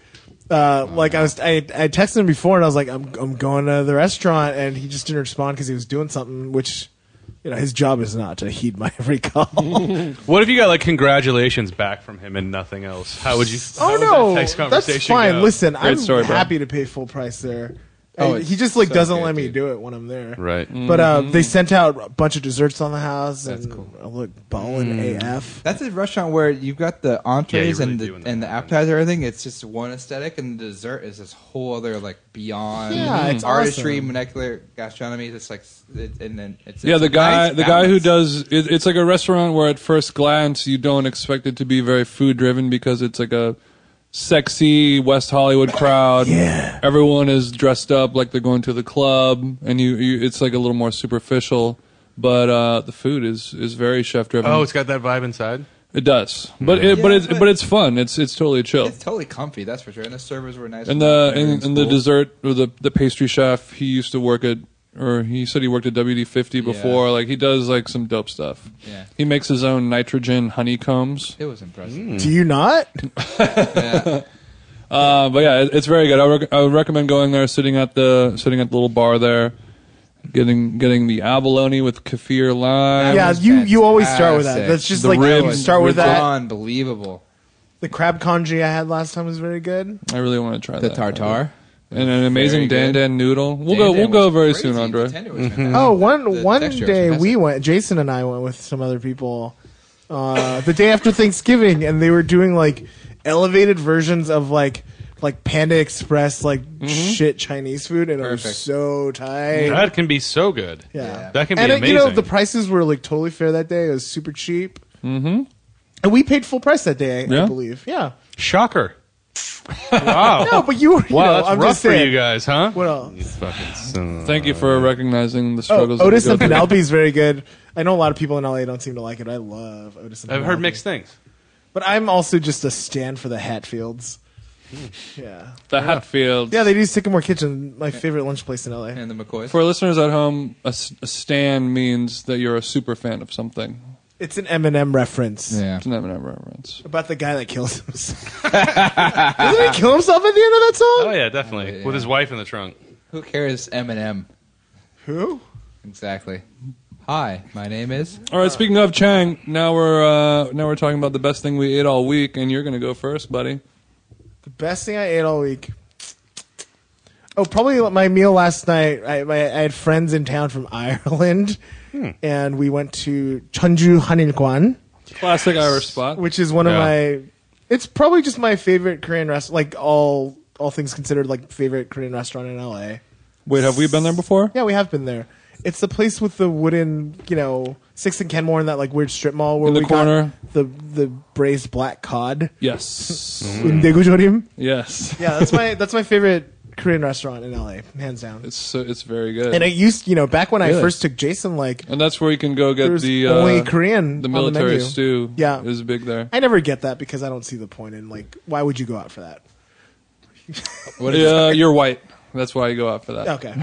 C: uh, like I was, I, I texted him before and I was like, I'm, I'm going to the restaurant, and he just didn't respond because he was doing something, which, you know, his job is not to heed my (laughs) every
D: (laughs)
C: call. oh
D: What if you got like congratulations back from him and nothing else? How would you? how would
C: Oh, no,
D: that text
C: that's
D: conversation
C: fine.
D: go?
C: Listen,
E: Great
C: I'm
E: story, bro.
C: happy to pay full price there.
F: Oh,
C: And
F: it's
C: he just like
F: so
C: doesn't
F: good,
C: let me
F: dude. Mm-hmm.
C: do it when I'm there.
D: Right.
C: But uh, they sent out a bunch of desserts on the house.
F: That's
C: and
F: cool. Mm.
C: I looked ballin' AF.
F: That's a restaurant where you've got the entrees
D: Yeah, you're
F: and
D: really
F: the,
D: doing
F: and the
D: that.
F: appetizer. Everything. It's just one aesthetic, and the dessert is this whole other like beyond
C: Yeah, it's
F: artistry,
C: awesome.
F: molecular gastronomy. It's like, it, and then it's
E: yeah,
F: it's
E: the
F: a
E: guy,
F: nice
E: the guy who does
F: balance.
E: it, it's like a restaurant where at first glance you don't expect it to be very food driven because it's like a sexy West Hollywood crowd.
A: Yeah.
E: everyone is dressed up like they're going to the club, and you, you it's like a little more superficial. But uh, the food is is very chef driven.
D: Oh, it's got that vibe inside.
E: It does, but it, but
F: Yeah,
E: it's but,
F: but-
E: it's fun. It's it's totally chill.
F: It's totally comfy, that's for sure. And the servers were nice.
E: and the and,
F: everything's
E: and the
F: cool.
E: dessert or the the pastry chef, he used to work at or he said he worked at WD fifty before. Like he does like some dope stuff.
F: Yeah.
E: He makes his own nitrogen honeycombs.
F: It was impressive.
C: Do you not?
E: Uh, but yeah, it, it's very good. I, rec- I would recommend going there, sitting at the sitting at the little bar there, getting getting the abalone with kaffir lime.
C: yeah,
F: was
C: you, you always start with that.
F: fantastic.
C: That's just
E: The
C: like
E: ribs-
C: you start with
E: ribs
C: that.
F: Unbelievable.
C: The crab congee I had last time was very good.
E: I really want to try
F: The
E: that.
F: tartar.
E: and an amazing
F: Very good.
E: dan dan noodle. We'll
F: Dan
E: go. We'll
F: Dan
E: go
F: was
E: very
F: crazy.
E: soon,
F: The
E: Andre.
F: tender was fantastic.
C: Oh, one
F: The
C: one
F: texture was
C: day we
F: fantastic.
C: went. Jason and I went with some other people uh, the day after Thanksgiving, and they were doing like elevated versions of like like Panda Express like shit Chinese food, and it
F: Mm-hmm. Perfect.
C: was so tight.
D: That can be so good.
C: yeah,
D: That can be
C: and it-
D: amazing.
C: you know the prices were like totally fair that day. It was super cheap, mm-hmm. and we paid full price that day. I- I
E: Yeah?
C: believe. Yeah.
D: Shocker. wow.
C: No, but you. were- you
D: Oh. wow,
C: know,
D: that's
C: I'm
D: rough
C: just
D: for
C: saying.
D: you guys, huh?
C: What else?
D: You fucking son of a-
E: Thank you for recognizing (laughs) the
C: Oh,
E: struggles. that we
C: Otis
E: go
C: and
E: through.
C: Penelope is very good. I know a lot of people in LA don't seem to like it. I love Otis and
D: I've heard
C: Penelope.
D: mixed things.
C: But I'm also just a stand for the Hatfields. Yeah.
E: the Hatfield.
C: Yeah, they do Sycamore Kitchen, my favorite lunch place in LA.
F: And the McCoys.
E: For listeners at home, a, s- a stan means that you're a super fan of something.
C: It's an Eminem reference
F: yeah.
E: It's an Eminem reference.
C: about the guy that kills himself. Doesn't he kill himself at the end of that song?
D: Oh yeah, definitely. With his wife in the trunk.
F: Who cares Eminem?
C: Who?
F: Exactly. Hi, my name is.
E: All right. Speaking of Chang, now we're uh, now we're talking about the best thing we ate all week, and you're gonna go first, buddy.
C: The best thing I ate all week. Oh, probably my meal last night. I, my, I had friends in town from (laughs) Ireland, and we went to Chunju Hanilkwan.
E: Classic Irish spot.
C: which is one
D: Yeah.
C: of my. It's probably just my favorite Korean restaurant. Like all all things considered, like favorite Korean restaurant in LA.
E: Wait, have we been there before?
C: Yeah, we have been there. It's the place with the wooden, you know, Sixth and Kenmore in that like weird strip mall where
E: In the
C: we
E: corner.
C: got the the braised black cod.
E: Yes.
C: Undaegujeorim.
E: yes.
C: Mm-hmm. yeah, that's my that's my favorite Korean restaurant in LA, hands down.
E: It's so, it's very good.
C: And I used, you know, back when I
E: Really?
C: first took Jason, like
E: And that's where you can go get
C: There's
E: the uh,
C: only Korean
E: the
C: on the
E: military
C: menu.
E: stew.
C: Yeah.
E: is big there.
C: I never get that because I don't see the point in like why would you go out for that?
E: What yeah, you're white. That's why you go out for that.
C: Okay.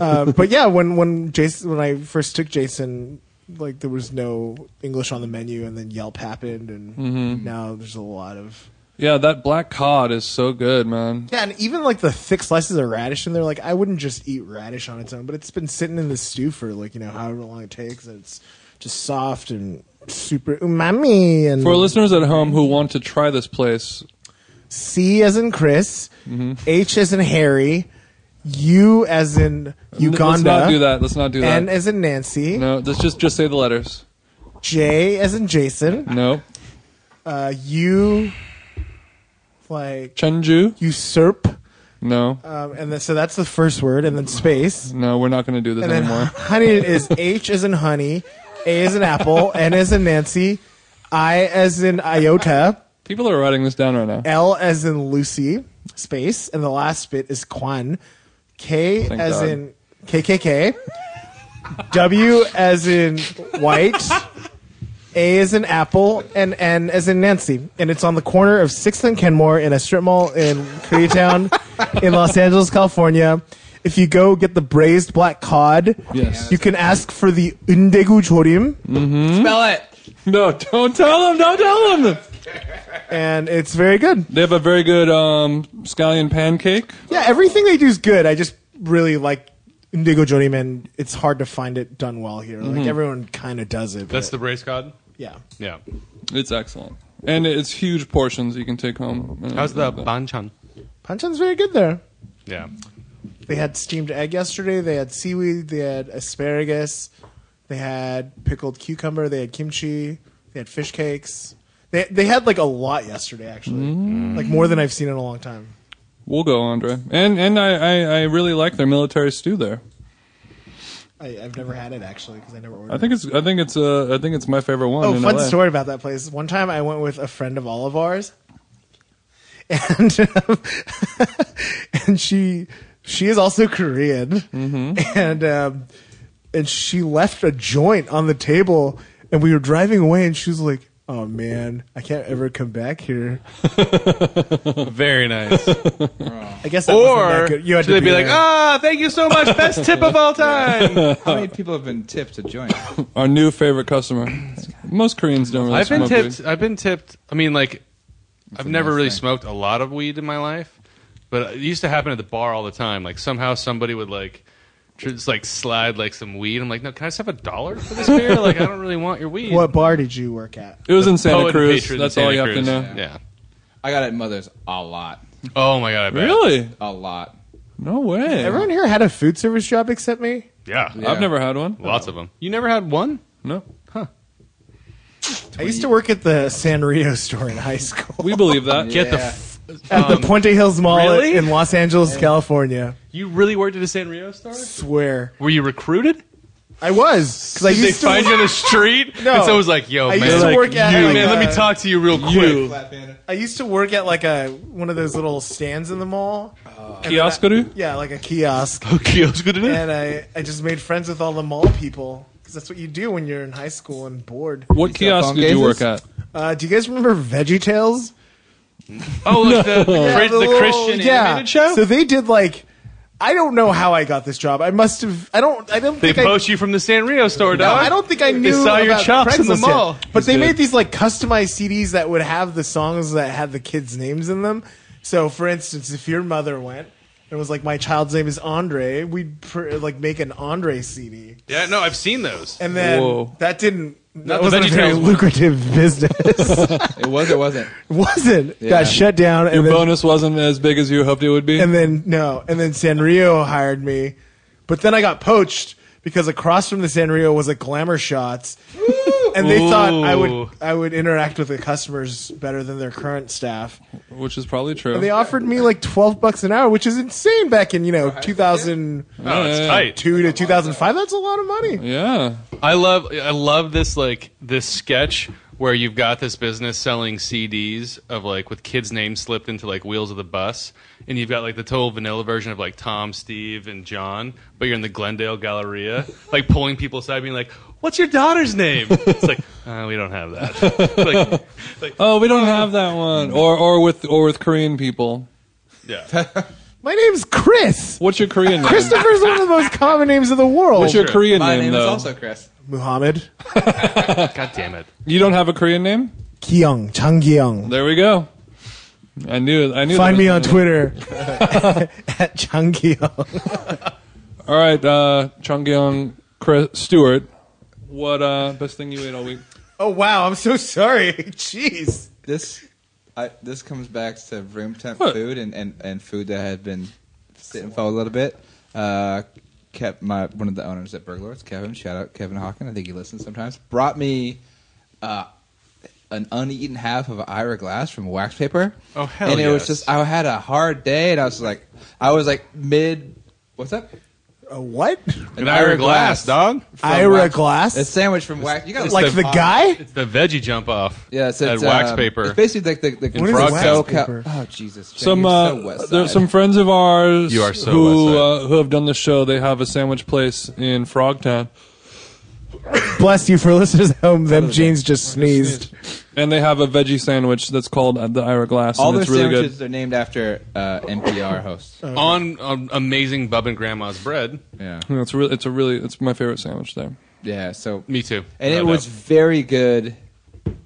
C: uh, but yeah, when when Jason when I first took Jason, like there was no English on the menu, and then Yelp happened, and
E: Mm-hmm.
C: now there's a lot of
E: Yeah, that black cod is so good, man.
C: yeah, and even like the thick slices of radish in there. Like I wouldn't just eat radish on its own, but it's been sitting in the stew for like you know however long it takes, and it's just soft and super umami and
E: For listeners at home who want to try this place,
C: C as in Chris,
E: Mm-hmm.
C: H as in Harry, U as in
E: let's
C: Uganda.
E: not do that. Let's not do that.
C: N as in Nancy,
E: no, let's just just say the letters.
C: J as in Jason,
E: No,
C: uh, you like
E: Chunju.
C: usurp,
E: No,
C: um, and then, so that's the first word, and then space,
E: no, we're not going to do this
C: and then
D: (laughs)
E: anymore.
C: (laughs) honey is H as in honey, A as in apple, N as in Nancy, I as in iota,
E: People are writing this down right now.
C: L as in Lucy, space, and the last bit is Quan, K
E: Thank
C: as
E: God.
C: in KKK, W as in white. A is an apple and N as in Nancy. And it's on the corner of 6th and Kenmore in a strip mall in
E: (laughs)
C: Koreatown in Los Angeles, California. If you go get the braised black cod,
E: Yes. Mm.
C: you can ask for the undegu jorim,
E: Hmm?
F: Spell it.
E: No, don't tell them. Don't tell them.
C: and it's very good.
E: They have a very good um, scallion pancake.
C: Yeah, everything they do is good. I just really like undegu jorim, and it's hard to find it done well here. Like everyone kind of does it. but-
D: Mm-hmm. That's the brace cod?
C: yeah.
D: Yeah.
E: It's excellent, and it's huge portions you can take home. Uh,
D: How's the banchan?
C: Panchan's very good there.
D: Yeah.
C: They had steamed egg yesterday. They had seaweed. They had asparagus. They had pickled cucumber. They had kimchi. They had fish cakes. They they had like a lot yesterday actually,
D: Mm.
C: like more than I've seen in a long time.
E: We'll go, Andre. And and I, I, I really like their military stew there.
C: I, I've never had it actually because I never ordered.
E: I think it's I think it's uh I think it's my favorite one.
C: Oh,
E: in
C: fun
E: LA.
C: story about that place. One time I went with a friend of all of ours, (laughs) and (laughs) um, and she she is also Korean,
D: Mm-hmm.
C: and um, and she left a joint on the table, and we were driving away, and she was like, oh man, I can't ever come back here.
D: Very nice.
C: I guess that wasn't that
D: (laughs) or
C: good. You had
D: should
C: to
D: they be, like,
C: there.
D: ah, thank you so much, best tip of
C: (laughs)
D: all time?
F: How many people have been tipped to join?
E: Our new favorite customer. Most Koreans don't really
D: I've been
E: smoke
D: tipped.
E: weed.
D: I've been tipped. I mean, like, I've
F: a
D: never
F: nice
D: really
F: thing.
D: smoked a lot of weed in my life, but it used to happen at the bar all the time. Like somehow somebody would like. Just like slide like some weed. I'm like, no, can I just have a dollar for this beer? Like, I don't really want your weed.
C: What bar did you work at?
E: It was in
D: Poet
E: Santa
D: and
E: Cruz.
D: patron
E: That's
D: Santa
E: all you have
D: Cruz.
E: to know.
D: Yeah.
F: I got it mothers a lot,
D: Oh my god. I bet.
E: Really?
F: a lot.
E: No way.
C: Everyone here had a food service job except me.
D: Yeah.
F: Yeah.
E: I've never had one.
D: Lots of them. You never had one?
E: No.
C: I used to work at the Sanrio store in high school.
D: (laughs)
E: We believe that.
D: Get the.
F: Yeah.
D: F-
C: at the Puente Hills Mall
D: Um, really?
C: in Los Angeles, California.
D: you really worked at a Sanrio store?
C: Swear.
D: Were you recruited?
C: I was. Cause I
D: Did they
C: used to
D: find you on (laughs) the street?
C: No.
D: And someone's like, yo,
C: I
D: man.
C: used to
D: like,
C: work at,
D: you,
C: like,
D: man, let
C: uh,
D: me talk to you real quick.
C: I used to work at like a one of those little stands in the mall.
E: Kioskeru?
C: Yeah, like a kiosk.
D: (laughs) Okay, I was good enough.
C: and I, I just made friends with all the mall people because that's what you do when you're in high school and bored.
E: What kiosk
F: phone
E: did you
F: gazes?
E: work at?
C: Uh, do you guys remember Veggie Tales?
D: Oh, look, the, the,
C: Yeah,
D: Chris- the
C: little-
D: Christian
C: yeah.
D: animated show?
C: So they did like. I don't know how I got this job. I must have. I don't. I don't
D: they
C: think I.
D: post you from the Sanrio store,
C: No,
D: dog.
C: I don't think I knew.
D: They saw your
C: about
D: chops in the
C: Craigslist yet.
D: mall.
C: But they
D: That's
C: made
D: good.
C: these like customized CDs that would have the songs that had the kids' names in them. So, for instance, if your mother went and was like, "My child's name is Andre," we'd pr- like make an Andre CD,
D: Yeah, no, I've seen those.
C: and then
E: Whoa.
C: that didn't. That
D: the
C: wasn't a
D: VeggieTales
C: very
D: one.
C: lucrative (laughs) business.
F: It was.
E: (laughs)
F: It wasn't.
C: wasn't.
F: Yeah.
C: Got shut down. And
E: Your
C: then,
E: bonus wasn't as big as you hoped it would be.
C: And then no, and then Sanrio hired me, but then I got poached because across from the Sanrio was a Glamour Shots, and they thought I would
D: Ooh.
C: I would interact with the customers better than their current staff.
E: Which is probably
C: And they
E: true.
C: offered me like twelve bucks an hour, which is insane back in you know two thousand
D: Oh, it's
E: Yeah.
D: tight.
C: two to two thousand five. That's a lot of money.
E: Yeah.
D: I love I love this like this sketch where you've got this business selling CDs of like with kids' names slipped into like wheels of the bus, and you've got like the total vanilla version of like Tom, Steve, and John, but you're in the Glendale Galleria, like pulling people aside, being like, "What's your daughter's name?" It's like (laughs) uh, we don't have that. like, like,
E: Oh, we don't have that one. Or or with or with Korean people.
D: yeah,
C: My name's Chris.
E: What's your Korean name?
C: Christopher's one of the most common names of the world.
E: What's your
D: Sure.
E: Korean
F: My
E: name,
F: name is
E: though?
F: also Chris.
C: Muhammad
D: god damn it.
E: you don't have a Korean name?
C: Kyung Chang Kyung.
E: There we go. I knew. I knew.
C: Find
E: there
C: me
E: was
C: on
E: another- (laughs)
C: Twitter (laughs) at Chang Kyung.
E: All right, uh, Chonggyong Chris Stewart. What uh, best thing you ate all week?
C: Oh wow, I'm so sorry. (laughs) Jeez.
F: This, I, this comes back to room temp
E: What?
F: food and, and, and food that had been sitting for a little bit. Uh, kept my one of the owners at Burglars, Kevin. Shout out Kevin Hawken. I think he listens sometimes. Brought me uh, an uneaten half of an Ira glass from wax paper.
D: Oh, hell
F: And it was
D: yes.
F: just I had a hard day, and I was like, I was like mid. What's up?
C: A what?
D: An Ira Glass, dog.
F: from
C: Ira
F: Wax-
C: Glass?
F: A sandwich from wax. You got
C: Like the,
D: the-
C: guy?
D: It's the veggie jump off.
F: Yeah, it's, it's
D: at wax
F: um,
D: paper.
F: It's basically like the, the,
D: What is frog wax
F: So
C: paper?
F: Oh Jesus! Jay,
E: Some
F: you're
E: uh,
F: so West
E: there's
F: Side.
E: some friends of ours
D: You are so
E: who
D: West Side.
E: uh, who have done the show. They have a sandwich place in Frogtown,
C: Bless you for listeners at home. Them jeans just sneezed.
E: and they have a veggie sandwich that's called uh, the Ira Glass,
F: all
E: and
F: their
E: it's really
F: sandwiches
E: good.
F: are named after uh, NPR hosts.
E: Oh.
D: on, on amazing Bub and Grandma's bread.
F: Yeah,
E: Yeah, It's really, it's a really, it's my favorite sandwich there.
F: yeah. So
D: Me too.
F: and
D: No
F: it was
D: doubt.
F: very good. You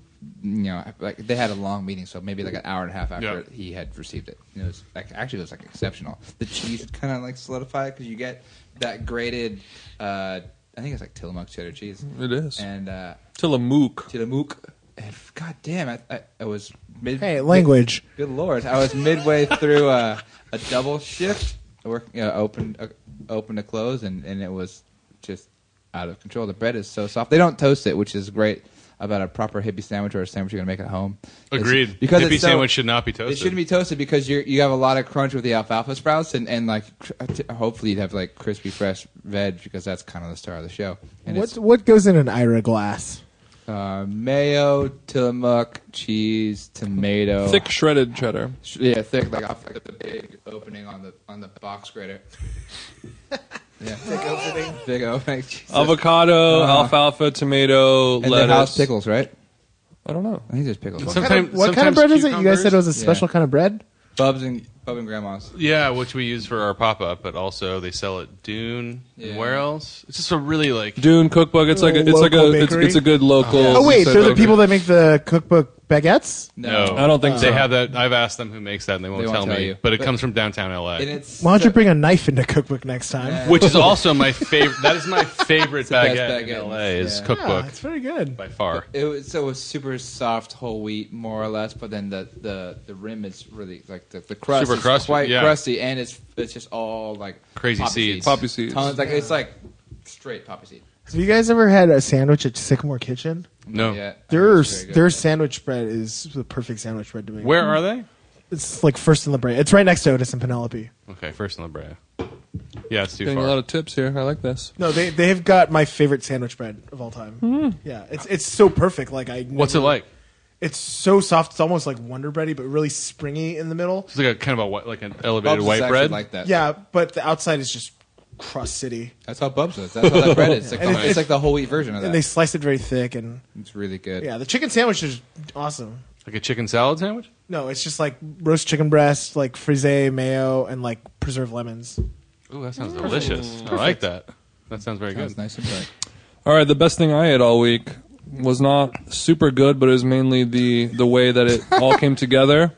F: know, like they had a long meeting, so maybe like an hour and a half after
D: Yeah.
F: he had received it. It was like actually it was like exceptional. The cheese kind of like solidified because you get that grated. Uh, I think it's like Tillamook cheddar cheese.
E: It is
F: And uh,
E: Tillamook.
F: Tillamook. And God damn, I, I, I was mid.
C: Hey, language.
F: Good lord! I was midway through uh, a double shift, working uh, open uh, open to close, and, and it was just out of control. The bread is so soft. They don't toast it, which is great about a proper hippie sandwich or a sandwich you're gonna make at home. It's-
D: Agreed.
F: because
D: Hippie
F: it's so-
D: sandwich should not be toasted.
F: It shouldn't be toasted because you you have a lot of crunch with the alfalfa sprouts and and like cr- t- hopefully you'd have like crispy fresh veg because that's kind of the star of the show. And
C: What what goes in an Ira glass?
F: it's uh, mayo, Tillamook, cheese, tomato,
E: Thick shredded cheddar.
F: Sh- Yeah, thick, like off like, the big opening on the on the box grater. yeah, big opening. (laughs) Big opening. Jesus.
C: Uh-huh.
E: Avocado, alfalfa, tomato,
F: and
E: Oh, lettuce.
F: the house pickles, right?
E: I don't know.
F: I think there's pickles.
D: It's
F: on
D: some-
F: it.
D: Sometime-
C: what kind of
D: sometimes
C: bread is it? You guys
D: cucumbers?
C: said it was a
F: Yeah.
C: special kind of bread.
F: Bubs and Bub and Grandma's.
D: Yeah, which we use for our pop up, but also they sell at Dune
F: Yeah.
D: and where else? It's just a really like
E: Dune cookbook. It's like a, it's like
C: Local
E: a it's,
C: bakery?
E: it's a good local.
C: Oh wait, they're the
E: Okay.
C: people that make the cookbook baguettes.
D: no.
E: I don't think
D: they
E: so.
D: have that. I've asked them who makes that, and they won't,
F: They won't
D: tell,
F: tell
D: me.
F: you.
D: But it
F: But-
D: comes from downtown LA,
F: And it's
C: Why don't you bring a knife into cookbook next time?
F: Yeah.
D: which is also my favorite. That is my
F: (laughs)
D: favorite
F: the best
D: baguette, in
F: baguettes,
D: LA is
F: yeah.
D: cookbook
C: it's very good.
D: by far.
F: It was, so it was super soft whole wheat, more or less. But then the the, the rim is really like the, the crust
D: Super
F: is
D: crusty,
F: quite
D: yeah.
F: crusty, and it's it's just all like
D: Crazy
F: poppy
D: seeds.
E: Poppy seeds.
F: Tons, like it's like straight poppy seed.
C: Have you guys ever had a sandwich at Sycamore Kitchen?
D: No,
F: Yeah,
C: Their
F: it's very good.
C: their sandwich bread is the perfect sandwich bread to make.
D: where are they?
C: It's like first in La Brea. It's right next to Otis and Penelope.
D: Okay, first in La Brea. Yeah, it's too
E: Getting a
D: far.
E: lot of tips here. I like this.
C: No, they they've got my favorite sandwich bread of all time. Yeah, it's it's so perfect. Like I,
D: What's it
C: never-
D: like?
C: It's so soft. It's almost like Wonder Bready, but really springy in the middle.
D: It's like a kind of a white, like an
F: Bubs
D: elevated
F: is
D: white
F: actually
D: bread.
F: like that.
C: Yeah, but the outside is just crust city,
F: that's how Bubs is. That's how that bread is. It's like,
C: And
F: the,
C: it's-
F: it's like the whole wheat version of that.
C: and they slice it very thick. And
F: it's really good.
C: yeah, the chicken sandwich is awesome.
D: like a chicken salad sandwich.
C: No, it's just like roast chicken breast, like frisee mayo, and like preserved lemons.
D: Ooh, that
E: Mm.
D: sounds delicious. I like that. That sounds very
F: Sounds
D: good.
F: nice and bright.
E: All right, the best thing I ate all week was not super good, but it was mainly the the way that it all came together.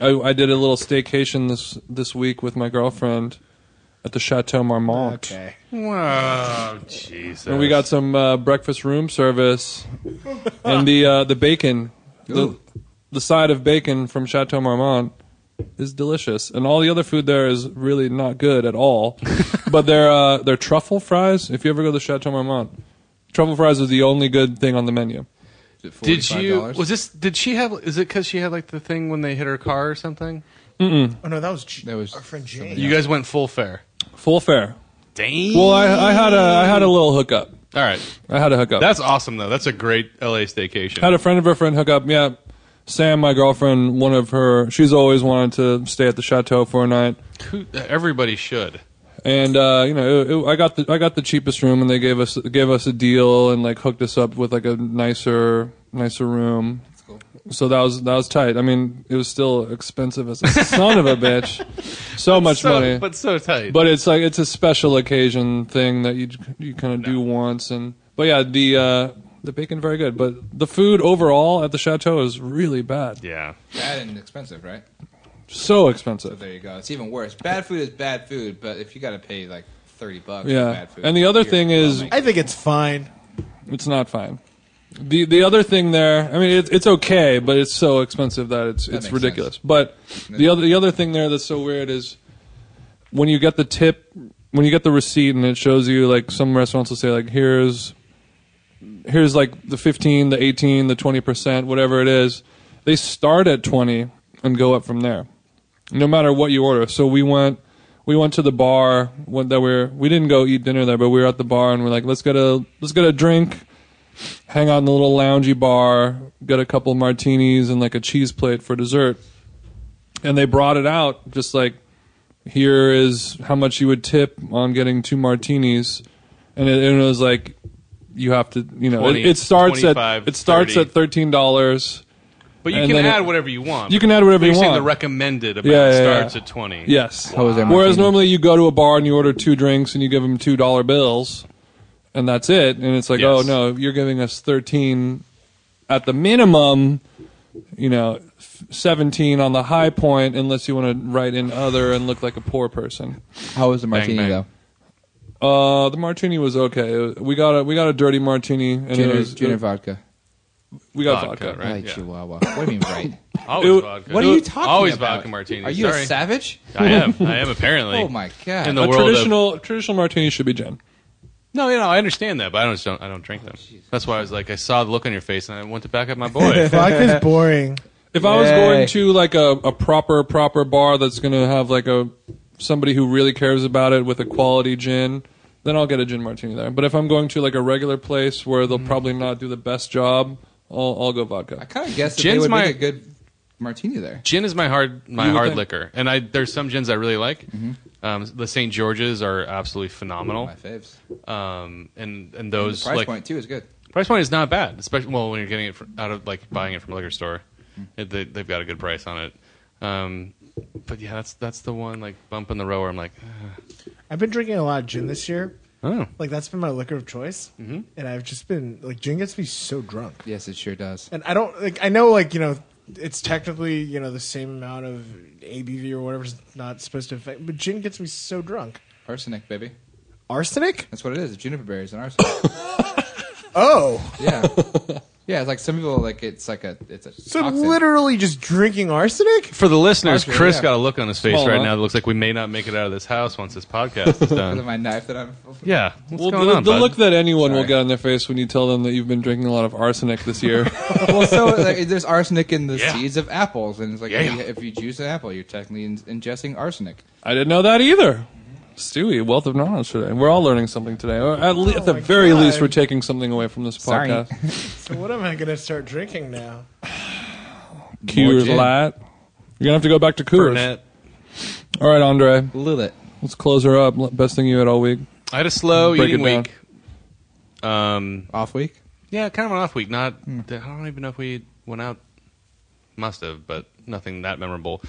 E: I, I did a little staycation this this week with my girlfriend at the Chateau Marmont,
C: Okay.
D: Wow, Jesus!
E: and we got some uh, breakfast room service and the uh, the bacon, the,
F: Ooh.
E: the side of bacon from Chateau Marmont is delicious, and all the other food there is really not good at all. but their uh, their truffle fries, if you ever go to the Chateau Marmont, truffle fries is the only good thing on the menu.
F: Is it
D: Did you?
F: $45?
D: Was this? Did she have? Is it because she had like the thing when they hit her car or something?
C: Oh no, that was, J-
F: That was
C: our friend Jane.
D: You guys went full fare.
E: Full fare.
D: Dang.
E: Well, I, I had a I had a little hookup.
D: All right,
E: I had a hookup.
D: that's awesome though. That's a great LA staycation.
E: had a friend of her friend hook up. Yeah, Sam, my girlfriend, one of her. She's always wanted to stay at the chateau for a night,
D: Who- everybody should.
E: and uh, you know, it, it- I got the I got the cheapest room, and they gave us gave us a deal and like hooked us up with like a nicer nicer room.
F: cool.
E: So that was that was tight. I mean, it was still expensive as a son of a bitch. So much
D: so,
E: money,
D: but so tight.
E: But it's like it's a special occasion thing that you you kind of do once and but yeah the uh, the bacon very good but the food overall at the chateau is really bad
D: yeah,
F: bad and expensive, right?
E: so
F: So
E: expensive
F: there you go. It's even worse. Bad food is bad food, but if you got to pay like thirty bucks, for
E: yeah
F: bad food,
E: and the other
F: you're-
E: thing is
C: I think it's fine.
E: it's not fine the the other thing there I mean it, it's okay but it's so expensive that it's it's
F: makes
E: ridiculous
F: sense.
E: but the other the other thing there that's so weird is when you get the tip when you get the receipt and it shows you like some restaurants will say like here's here's like the 15 the 18 the 20% whatever it is they start at 20 and go up from there no matter what you order so we went we went to the bar went that we're we didn't go eat dinner there but we were at the bar and we're like let's get a let's get a drink hang out in the little loungy bar get a couple martinis and like a cheese plate for dessert and they brought it out just like here is how much you would tip on getting two martinis and it, and it was like you have to you know it,
D: 20,
E: it starts at
D: 25,
E: it starts
D: 30.
E: at thirteen dollars
D: but you
E: And
D: can
E: then it-
D: add whatever you want.
E: you can add whatever
D: But
E: you
D: you're saying
E: want
D: The recommended amount
E: Yeah, yeah, yeah.
D: starts at twenty.
E: yes
F: How was their
E: whereas
F: martini?
E: normally you go to a bar and you order two drinks and you give them two dollar bills and that's it and it's like
D: Yes.
E: oh no you're giving us thirteen at the minimum you know f- seventeen on the high point unless you want to write in other and look like a poor person.
F: How was the martini
D: bang.
F: though?
E: Uh, the martini was okay. We got a we got a dirty martini and
F: Junior,
E: it was
F: junior vodka.
E: we got
D: Vodka,
E: vodka.
D: right?
F: Like
D: yeah.
F: Chihuahua. What do you mean,
D: (laughs)
F: right?
D: Always
E: It-
D: vodka.
F: what are you talking
D: Always
F: about?
D: vodka martini.
F: Are you
D: Sorry.
F: a savage?
D: I
F: (laughs)
D: am. I am apparently.
F: Oh my god!
D: In the
E: A
D: world of-
E: traditional traditional martini should be gin.
D: No, you know, I understand that, but I just don't. I don't drink them.
F: Oh,
D: That's why I was like, I saw the look on your face, and I went to back up my
F: (laughs)
D: boy.
C: Vodka's boring.
E: If I was
F: Yay.
E: going to like a, a proper proper bar that's gonna have like a somebody who really cares about it with a quality gin, then I'll get a gin martini there. But if I'm going to like a regular place where they'll probably not do the best job, I'll I'll go
F: I
E: vodka.
F: kind of guess that
D: Gin's
F: they would
D: my-
F: make a good martini there.
D: Gin is my hard my
E: You would
D: hard
E: think.
D: liquor, and I there's some gins I really like.
F: Mm-hmm.
D: Um, the St. George's are absolutely phenomenal,
F: My faves.
D: um, and and
F: The
D: those
F: price
D: like
F: point too is good.
D: Price point is not bad, especially well when you're getting it from, out of like buying it from a liquor store.
F: Mm-hmm.
D: It, they, they've got a good price on it. Um, but yeah, that's that's the one like bump in the road where I'm like,
C: I've been drinking a lot of gin this year.
D: oh,
C: Like that's been my liquor of choice, mm-hmm. and I've just been like gin gets me so drunk.
F: Yes, it sure does.
C: And I don't like I know like you know it's technically you know the same amount of ABV or whatever's not supposed to affect, but gin gets me so drunk.
F: Arsenic, baby.
C: Arsenic?
F: That's what it is. Juniper berries and arsenic.
D: (coughs)
C: Oh,
F: yeah. Yeah, it's like some people like it's like a it's a
C: so
F: toxin.
C: literally just drinking arsenic?
D: for the listeners,
F: Actually,
D: Chris
F: yeah.
D: got a look on his face
E: Small
D: right
E: amount.
D: now that looks like we may not make it out of this house once this
E: (laughs)
D: podcast is
F: Because of
D: done.
F: my knife that
D: (laughs)
F: I'm (laughs)
D: yeah, what's
E: Well,
D: going
E: the,
D: on?
E: the
D: bud?
E: look that anyone will
F: Sorry.
E: get on their face when you tell them that you've been drinking a lot of arsenic this year.
F: well, so like, there's arsenic in the
D: Yeah.
F: seeds of apples, and it's like
D: Yeah,
F: if, you,
D: yeah.
F: if you juice an apple, you're technically in- ingesting arsenic.
E: I didn't know that either. Stewie, wealth of knowledge today. We're all learning something today. Or at, le- at the
C: my
E: very
C: God.
E: least, we're taking something away from this
F: Sorry.
E: podcast.
C: So what am I gonna start drinking now?
E: Coors
F: gin.
E: Light. You're gonna have to go back to Coors.
D: Burnett.
E: All right, Andre.
F: Lilith.
E: Let's close her up. Best thing you had all week.
D: I had a slow
E: Break it
D: eating
E: down.
D: week. Um,
F: Off week.
D: yeah, kind of an off week. Not,
E: Hmm.
D: I don't even know if we went out. Must have, but nothing that memorable.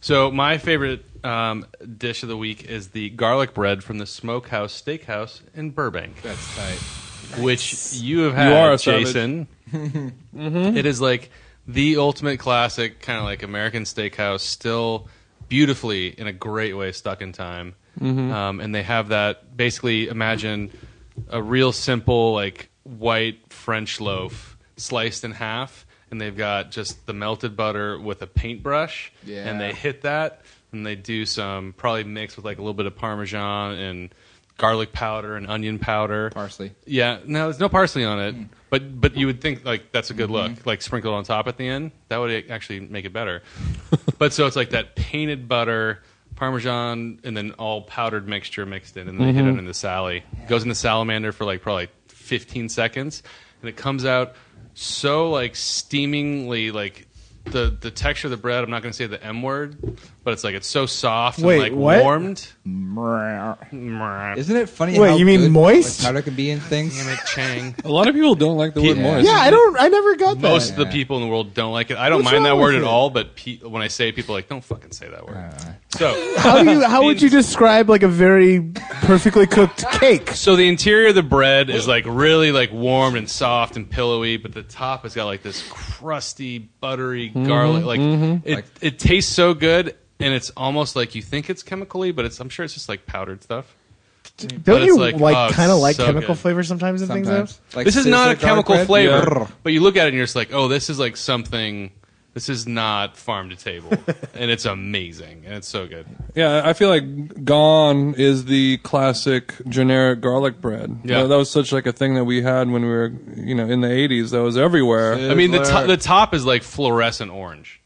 D: So my favorite um, dish of the week is the garlic bread from the Smokehouse Steakhouse in Burbank,
F: That's tight.
D: which you have had,
E: You are a savage.
D: Jason. (laughs) It is like the ultimate classic, kind of like American Steakhouse, still beautifully in a great way stuck in time. Um, and they have that basically imagine a real simple like white French loaf sliced in half, and they've got just the melted butter with a paintbrush,
F: Yeah.
D: and they hit that, and they do some probably mixed with like a little bit of Parmesan and garlic powder and onion powder.
F: Parsley.
D: Yeah, no, there's no parsley on
C: Hmm.
D: it, but but you would think like that's a good
C: Mm-hmm.
D: look, like sprinkled on top at the end. That would a- actually make it better. (laughs) but so it's like that painted butter, parmesan, and then all powdered mixture mixed in, and they
C: Mm-hmm.
D: hit it in the sally. Goes in the salamander for like probably 15 seconds, and it comes out so like steamingly like. The, the texture of the bread, I'm not going to say the M word, but it's like it's so soft
C: Wait,
D: and like
C: what?
D: warmed.
F: Isn't it funny?
C: Wait,
F: how
C: you mean
F: good,
C: moist?
F: Like, powder can be in things.
D: Damn it, Chang.
E: A lot of people don't like the word
F: Yeah.
E: moist.
C: Yeah, I don't. I never got that.
D: Most of the people in the world don't like it. I don't
C: What's
D: mind that
C: wrong
D: word
C: with
D: at
C: it?
D: all, but pe- when I say it, people are like, don't fucking say that word. So,
C: how do you? How would you describe like a very perfectly cooked cake?
D: so the interior of the bread is like really like warm and soft and pillowy, but the top has got like this crusty, buttery
C: Mm-hmm.
D: garlic. Like it,
F: Like-
D: it tastes so good, and it's almost like you think it's chemically, but it's I'm sure it's just like powdered stuff.
C: Don't
D: it's
C: you
D: like,
C: like,
D: oh,
C: kind of like
D: so
C: chemical
D: good.
C: flavors sometimes in things?
F: Sometimes.
C: Though?
F: Like
D: this is not a
F: sizzler garlic
D: chemical
F: bread?
D: flavor,
F: Yeah.
D: but you look at it and you're just like, oh, this is like something. This is not farm to table,
F: (laughs)
D: and it's amazing, and it's so good.
E: Yeah, I feel like gone is the classic generic garlic bread.
D: Yeah.
E: That, that was such like a thing that we had when we were, you know, in the 80s. That was everywhere.
D: I mean, the,
F: Sizzler.
D: to- the top is like fluorescent orange,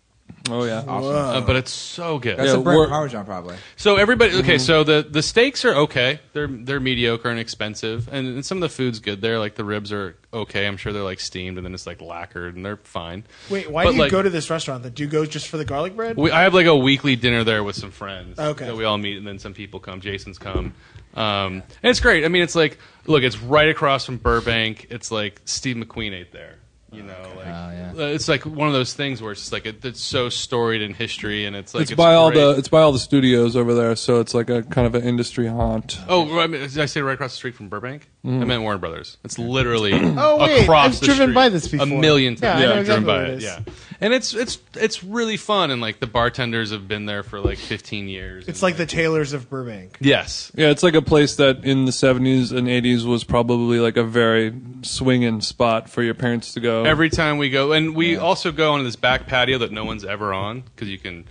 E: oh yeah.
D: uh, but it's so good.
F: That's
E: Yeah,
F: a Mm-hmm. burnt
E: we're-
F: parmesan, probably.
D: So everybody, okay. So the the steaks are okay. They're they're mediocre and expensive, and, and some of the food's good there. Like the ribs are okay. I'm sure they're like steamed and then it's like lacquered, and they're fine.
C: Wait, why
D: But,
C: do you
D: like,
C: go to this restaurant? Then do you go just for the garlic bread?
D: We, I have like a weekly dinner there with some friends
C: Okay.
D: that we all meet, and then some people come. Jason's come, um, and it's great. I mean, it's like look, it's right across from Burbank. It's like Steve McQueen ate there. You know, like
F: yeah.
D: uh, it's like one of those things where it's just like it, it's so storied in history, and it's like
E: It's, by all
D: great.
E: the it's by all the studios over there, so it's like a kind of an industry haunt.
D: Oh, right, I mean, did I say right across the street from Burbank? I meant Warner Brothers. It's literally
C: Mm-hmm. (clears throat) Oh, wait,
D: across
C: I've
D: the
C: driven
D: street.
C: by this before.
D: a million
C: Yeah,
D: times.
C: I know
D: I've driven
C: exactly
D: by
C: where it
D: it.
C: is.
D: Yeah, and it's it's it's really fun, and like the bartenders have been there for like 15 years.
C: It's
D: and,
C: like the Taylors of Burbank.
D: yes,
E: Yeah, it's like a place that in the 70s and 80s was probably like a very swinging spot for your parents to
F: Oh.
E: go.
D: Every time we go, and we also go on this back patio that no one's ever on because you can.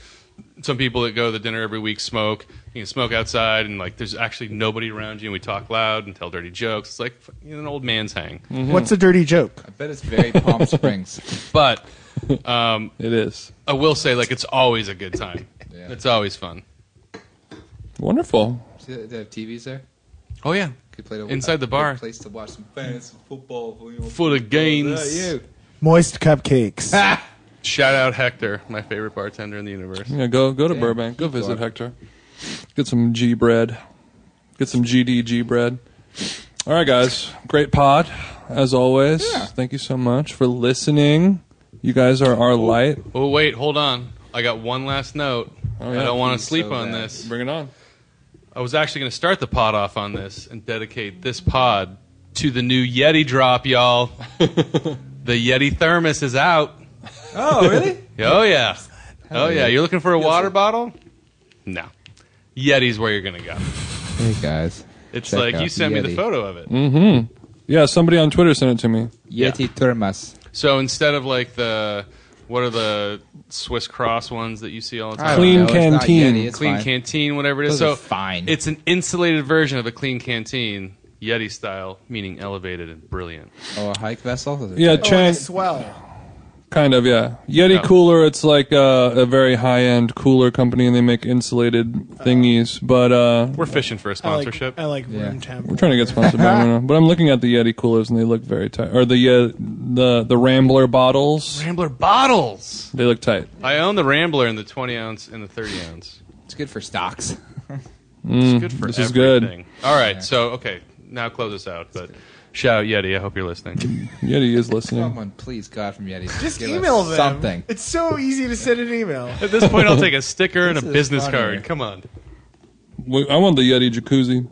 D: Some people that go to the dinner every week smoke. You can smoke outside, and like there's actually nobody around you, and we talk loud and tell dirty jokes. It's like you know, an old man's hang.
F: Mm.
C: What's a dirty joke?
F: I bet it's very Palm Springs.
D: (laughs) But
E: it is.
D: I will say, like it's always a good time.
F: Yeah.
D: It's always fun.
E: Wonderful.
F: See, they they have TVs there.
D: Oh yeah,
F: Could play to,
D: Inside the bar.
F: Good place to watch some fantasy football. you know.
D: for the games.
F: Yeah, you.
C: Moist cupcakes.
D: Shout out Hector, my favorite bartender in the universe.
F: Mm.
E: Yeah, go go to
F: Damn,
E: Burbank. Go
F: keep
E: visit
F: going.
E: Hector. Get some G bread. Get some GDG bread. All right, guys. Great pod, as always. Thank you so much for listening. You guys are our light.
D: Oh wait, hold on. I got one last note. I don't want to sleep
F: Oh, so
D: on
F: bad.
D: this.
E: Bring it on.
D: I was actually going to start the pod off on this and dedicate this pod to the new Yeti drop,
F: (laughs)
D: y'all. the Yeti thermos is out.
F: Oh, really?
D: Oh yeah. Oh yeah. You're looking for a water bottle? No. Yeti's where you're going to go.
F: (laughs) hey guys,
D: It's
F: Check
D: like you
F: out
D: sent me the
F: Yeti. Mm.
D: photo of it.
E: Yeah, somebody on Twitter sent it to me.
D: Yeah.
F: Yeti thermos.
D: So instead of like the what are the Swiss cross ones that you see all the time?
E: don't Clean know. canteen.
F: It's
D: clean
F: fine.
D: canteen, whatever it is.
F: Those
D: so
F: are fine.
D: It's an insulated version of a clean canteen, Yeti style, meaning elevated and brilliant.
F: Oh, a hike vessel.
E: Yeah,
C: Oh, and
E: Chang,
C: it's swell.
E: kind of, yeah. Yeti
D: No.
E: Cooler, it's like uh, a very high end cooler company and they make insulated thingies. But uh,
D: We're fishing for a
C: I like-
D: sponsorship.
C: I like, room
F: Yeah.
C: temp.
E: We're trying to get sponsored (laughs) by Rona, but I'm looking at the Yeti coolers and they look very tight. Or the uh, the the Rambler bottles,
D: Rambler bottles.
E: they look tight.
D: I own the Rambler in the 20 ounce and the 30 ounce.
F: It's good for stocks.
D: It's good for
E: Mm. this is good.
D: everything. All right, so okay, now close this out. But shout out Yeti. I hope you're listening. (laughs)
E: Yeti is listening.
F: Someone, please, God, from Yeti,
C: Just
F: give us
C: email them.
F: something.
C: It's so easy to send an email.
D: At this point, I'll take a sticker and a
F: This is
D: business
F: funny.
D: card. Come on.
E: We- I want the Yeti jacuzzi.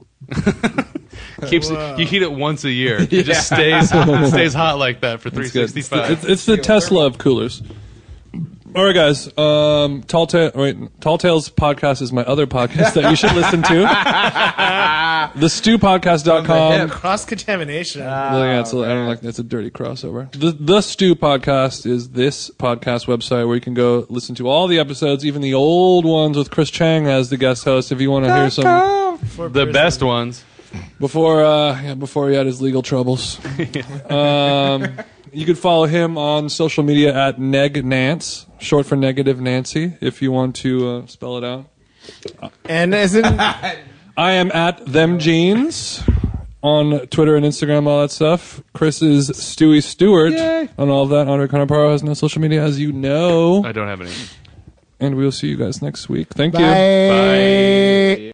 D: Keeps
C: Wow.
D: you heat it once a year. It just stays
E: (laughs)
D: it stays hot like that for
E: It's good. It's the,
D: 365.
E: it's, it's the Tesla of coolers. All right, guys. Um, Tall Ta- wait, Tall Tales podcast is my other podcast that you should listen
F: (laughs)
E: to. the
F: From
E: stewpodcast.com.
F: the hip. Oh,
C: Cross contamination.
E: yeah, it's a, I don't like that's a dirty crossover. The the Stew podcast is this podcast website where you can go listen to all the episodes, even the old ones with Chris Chang as the guest host. If you want to hear some
D: the best ones.
E: before uh, yeah, before he had his legal troubles, um, you could follow him on social media at Neg Nance, short for Negative Nancy, if you want to uh, spell it out.
C: And as in,
E: I am at them jeans on Twitter and Instagram, all that stuff. Chris is Stewie Stewart on all of that. Andre Conaparo has no social media, as you know.
D: I don't have any.
E: And we will see you guys next week. Thank you.
C: Bye.
D: Bye.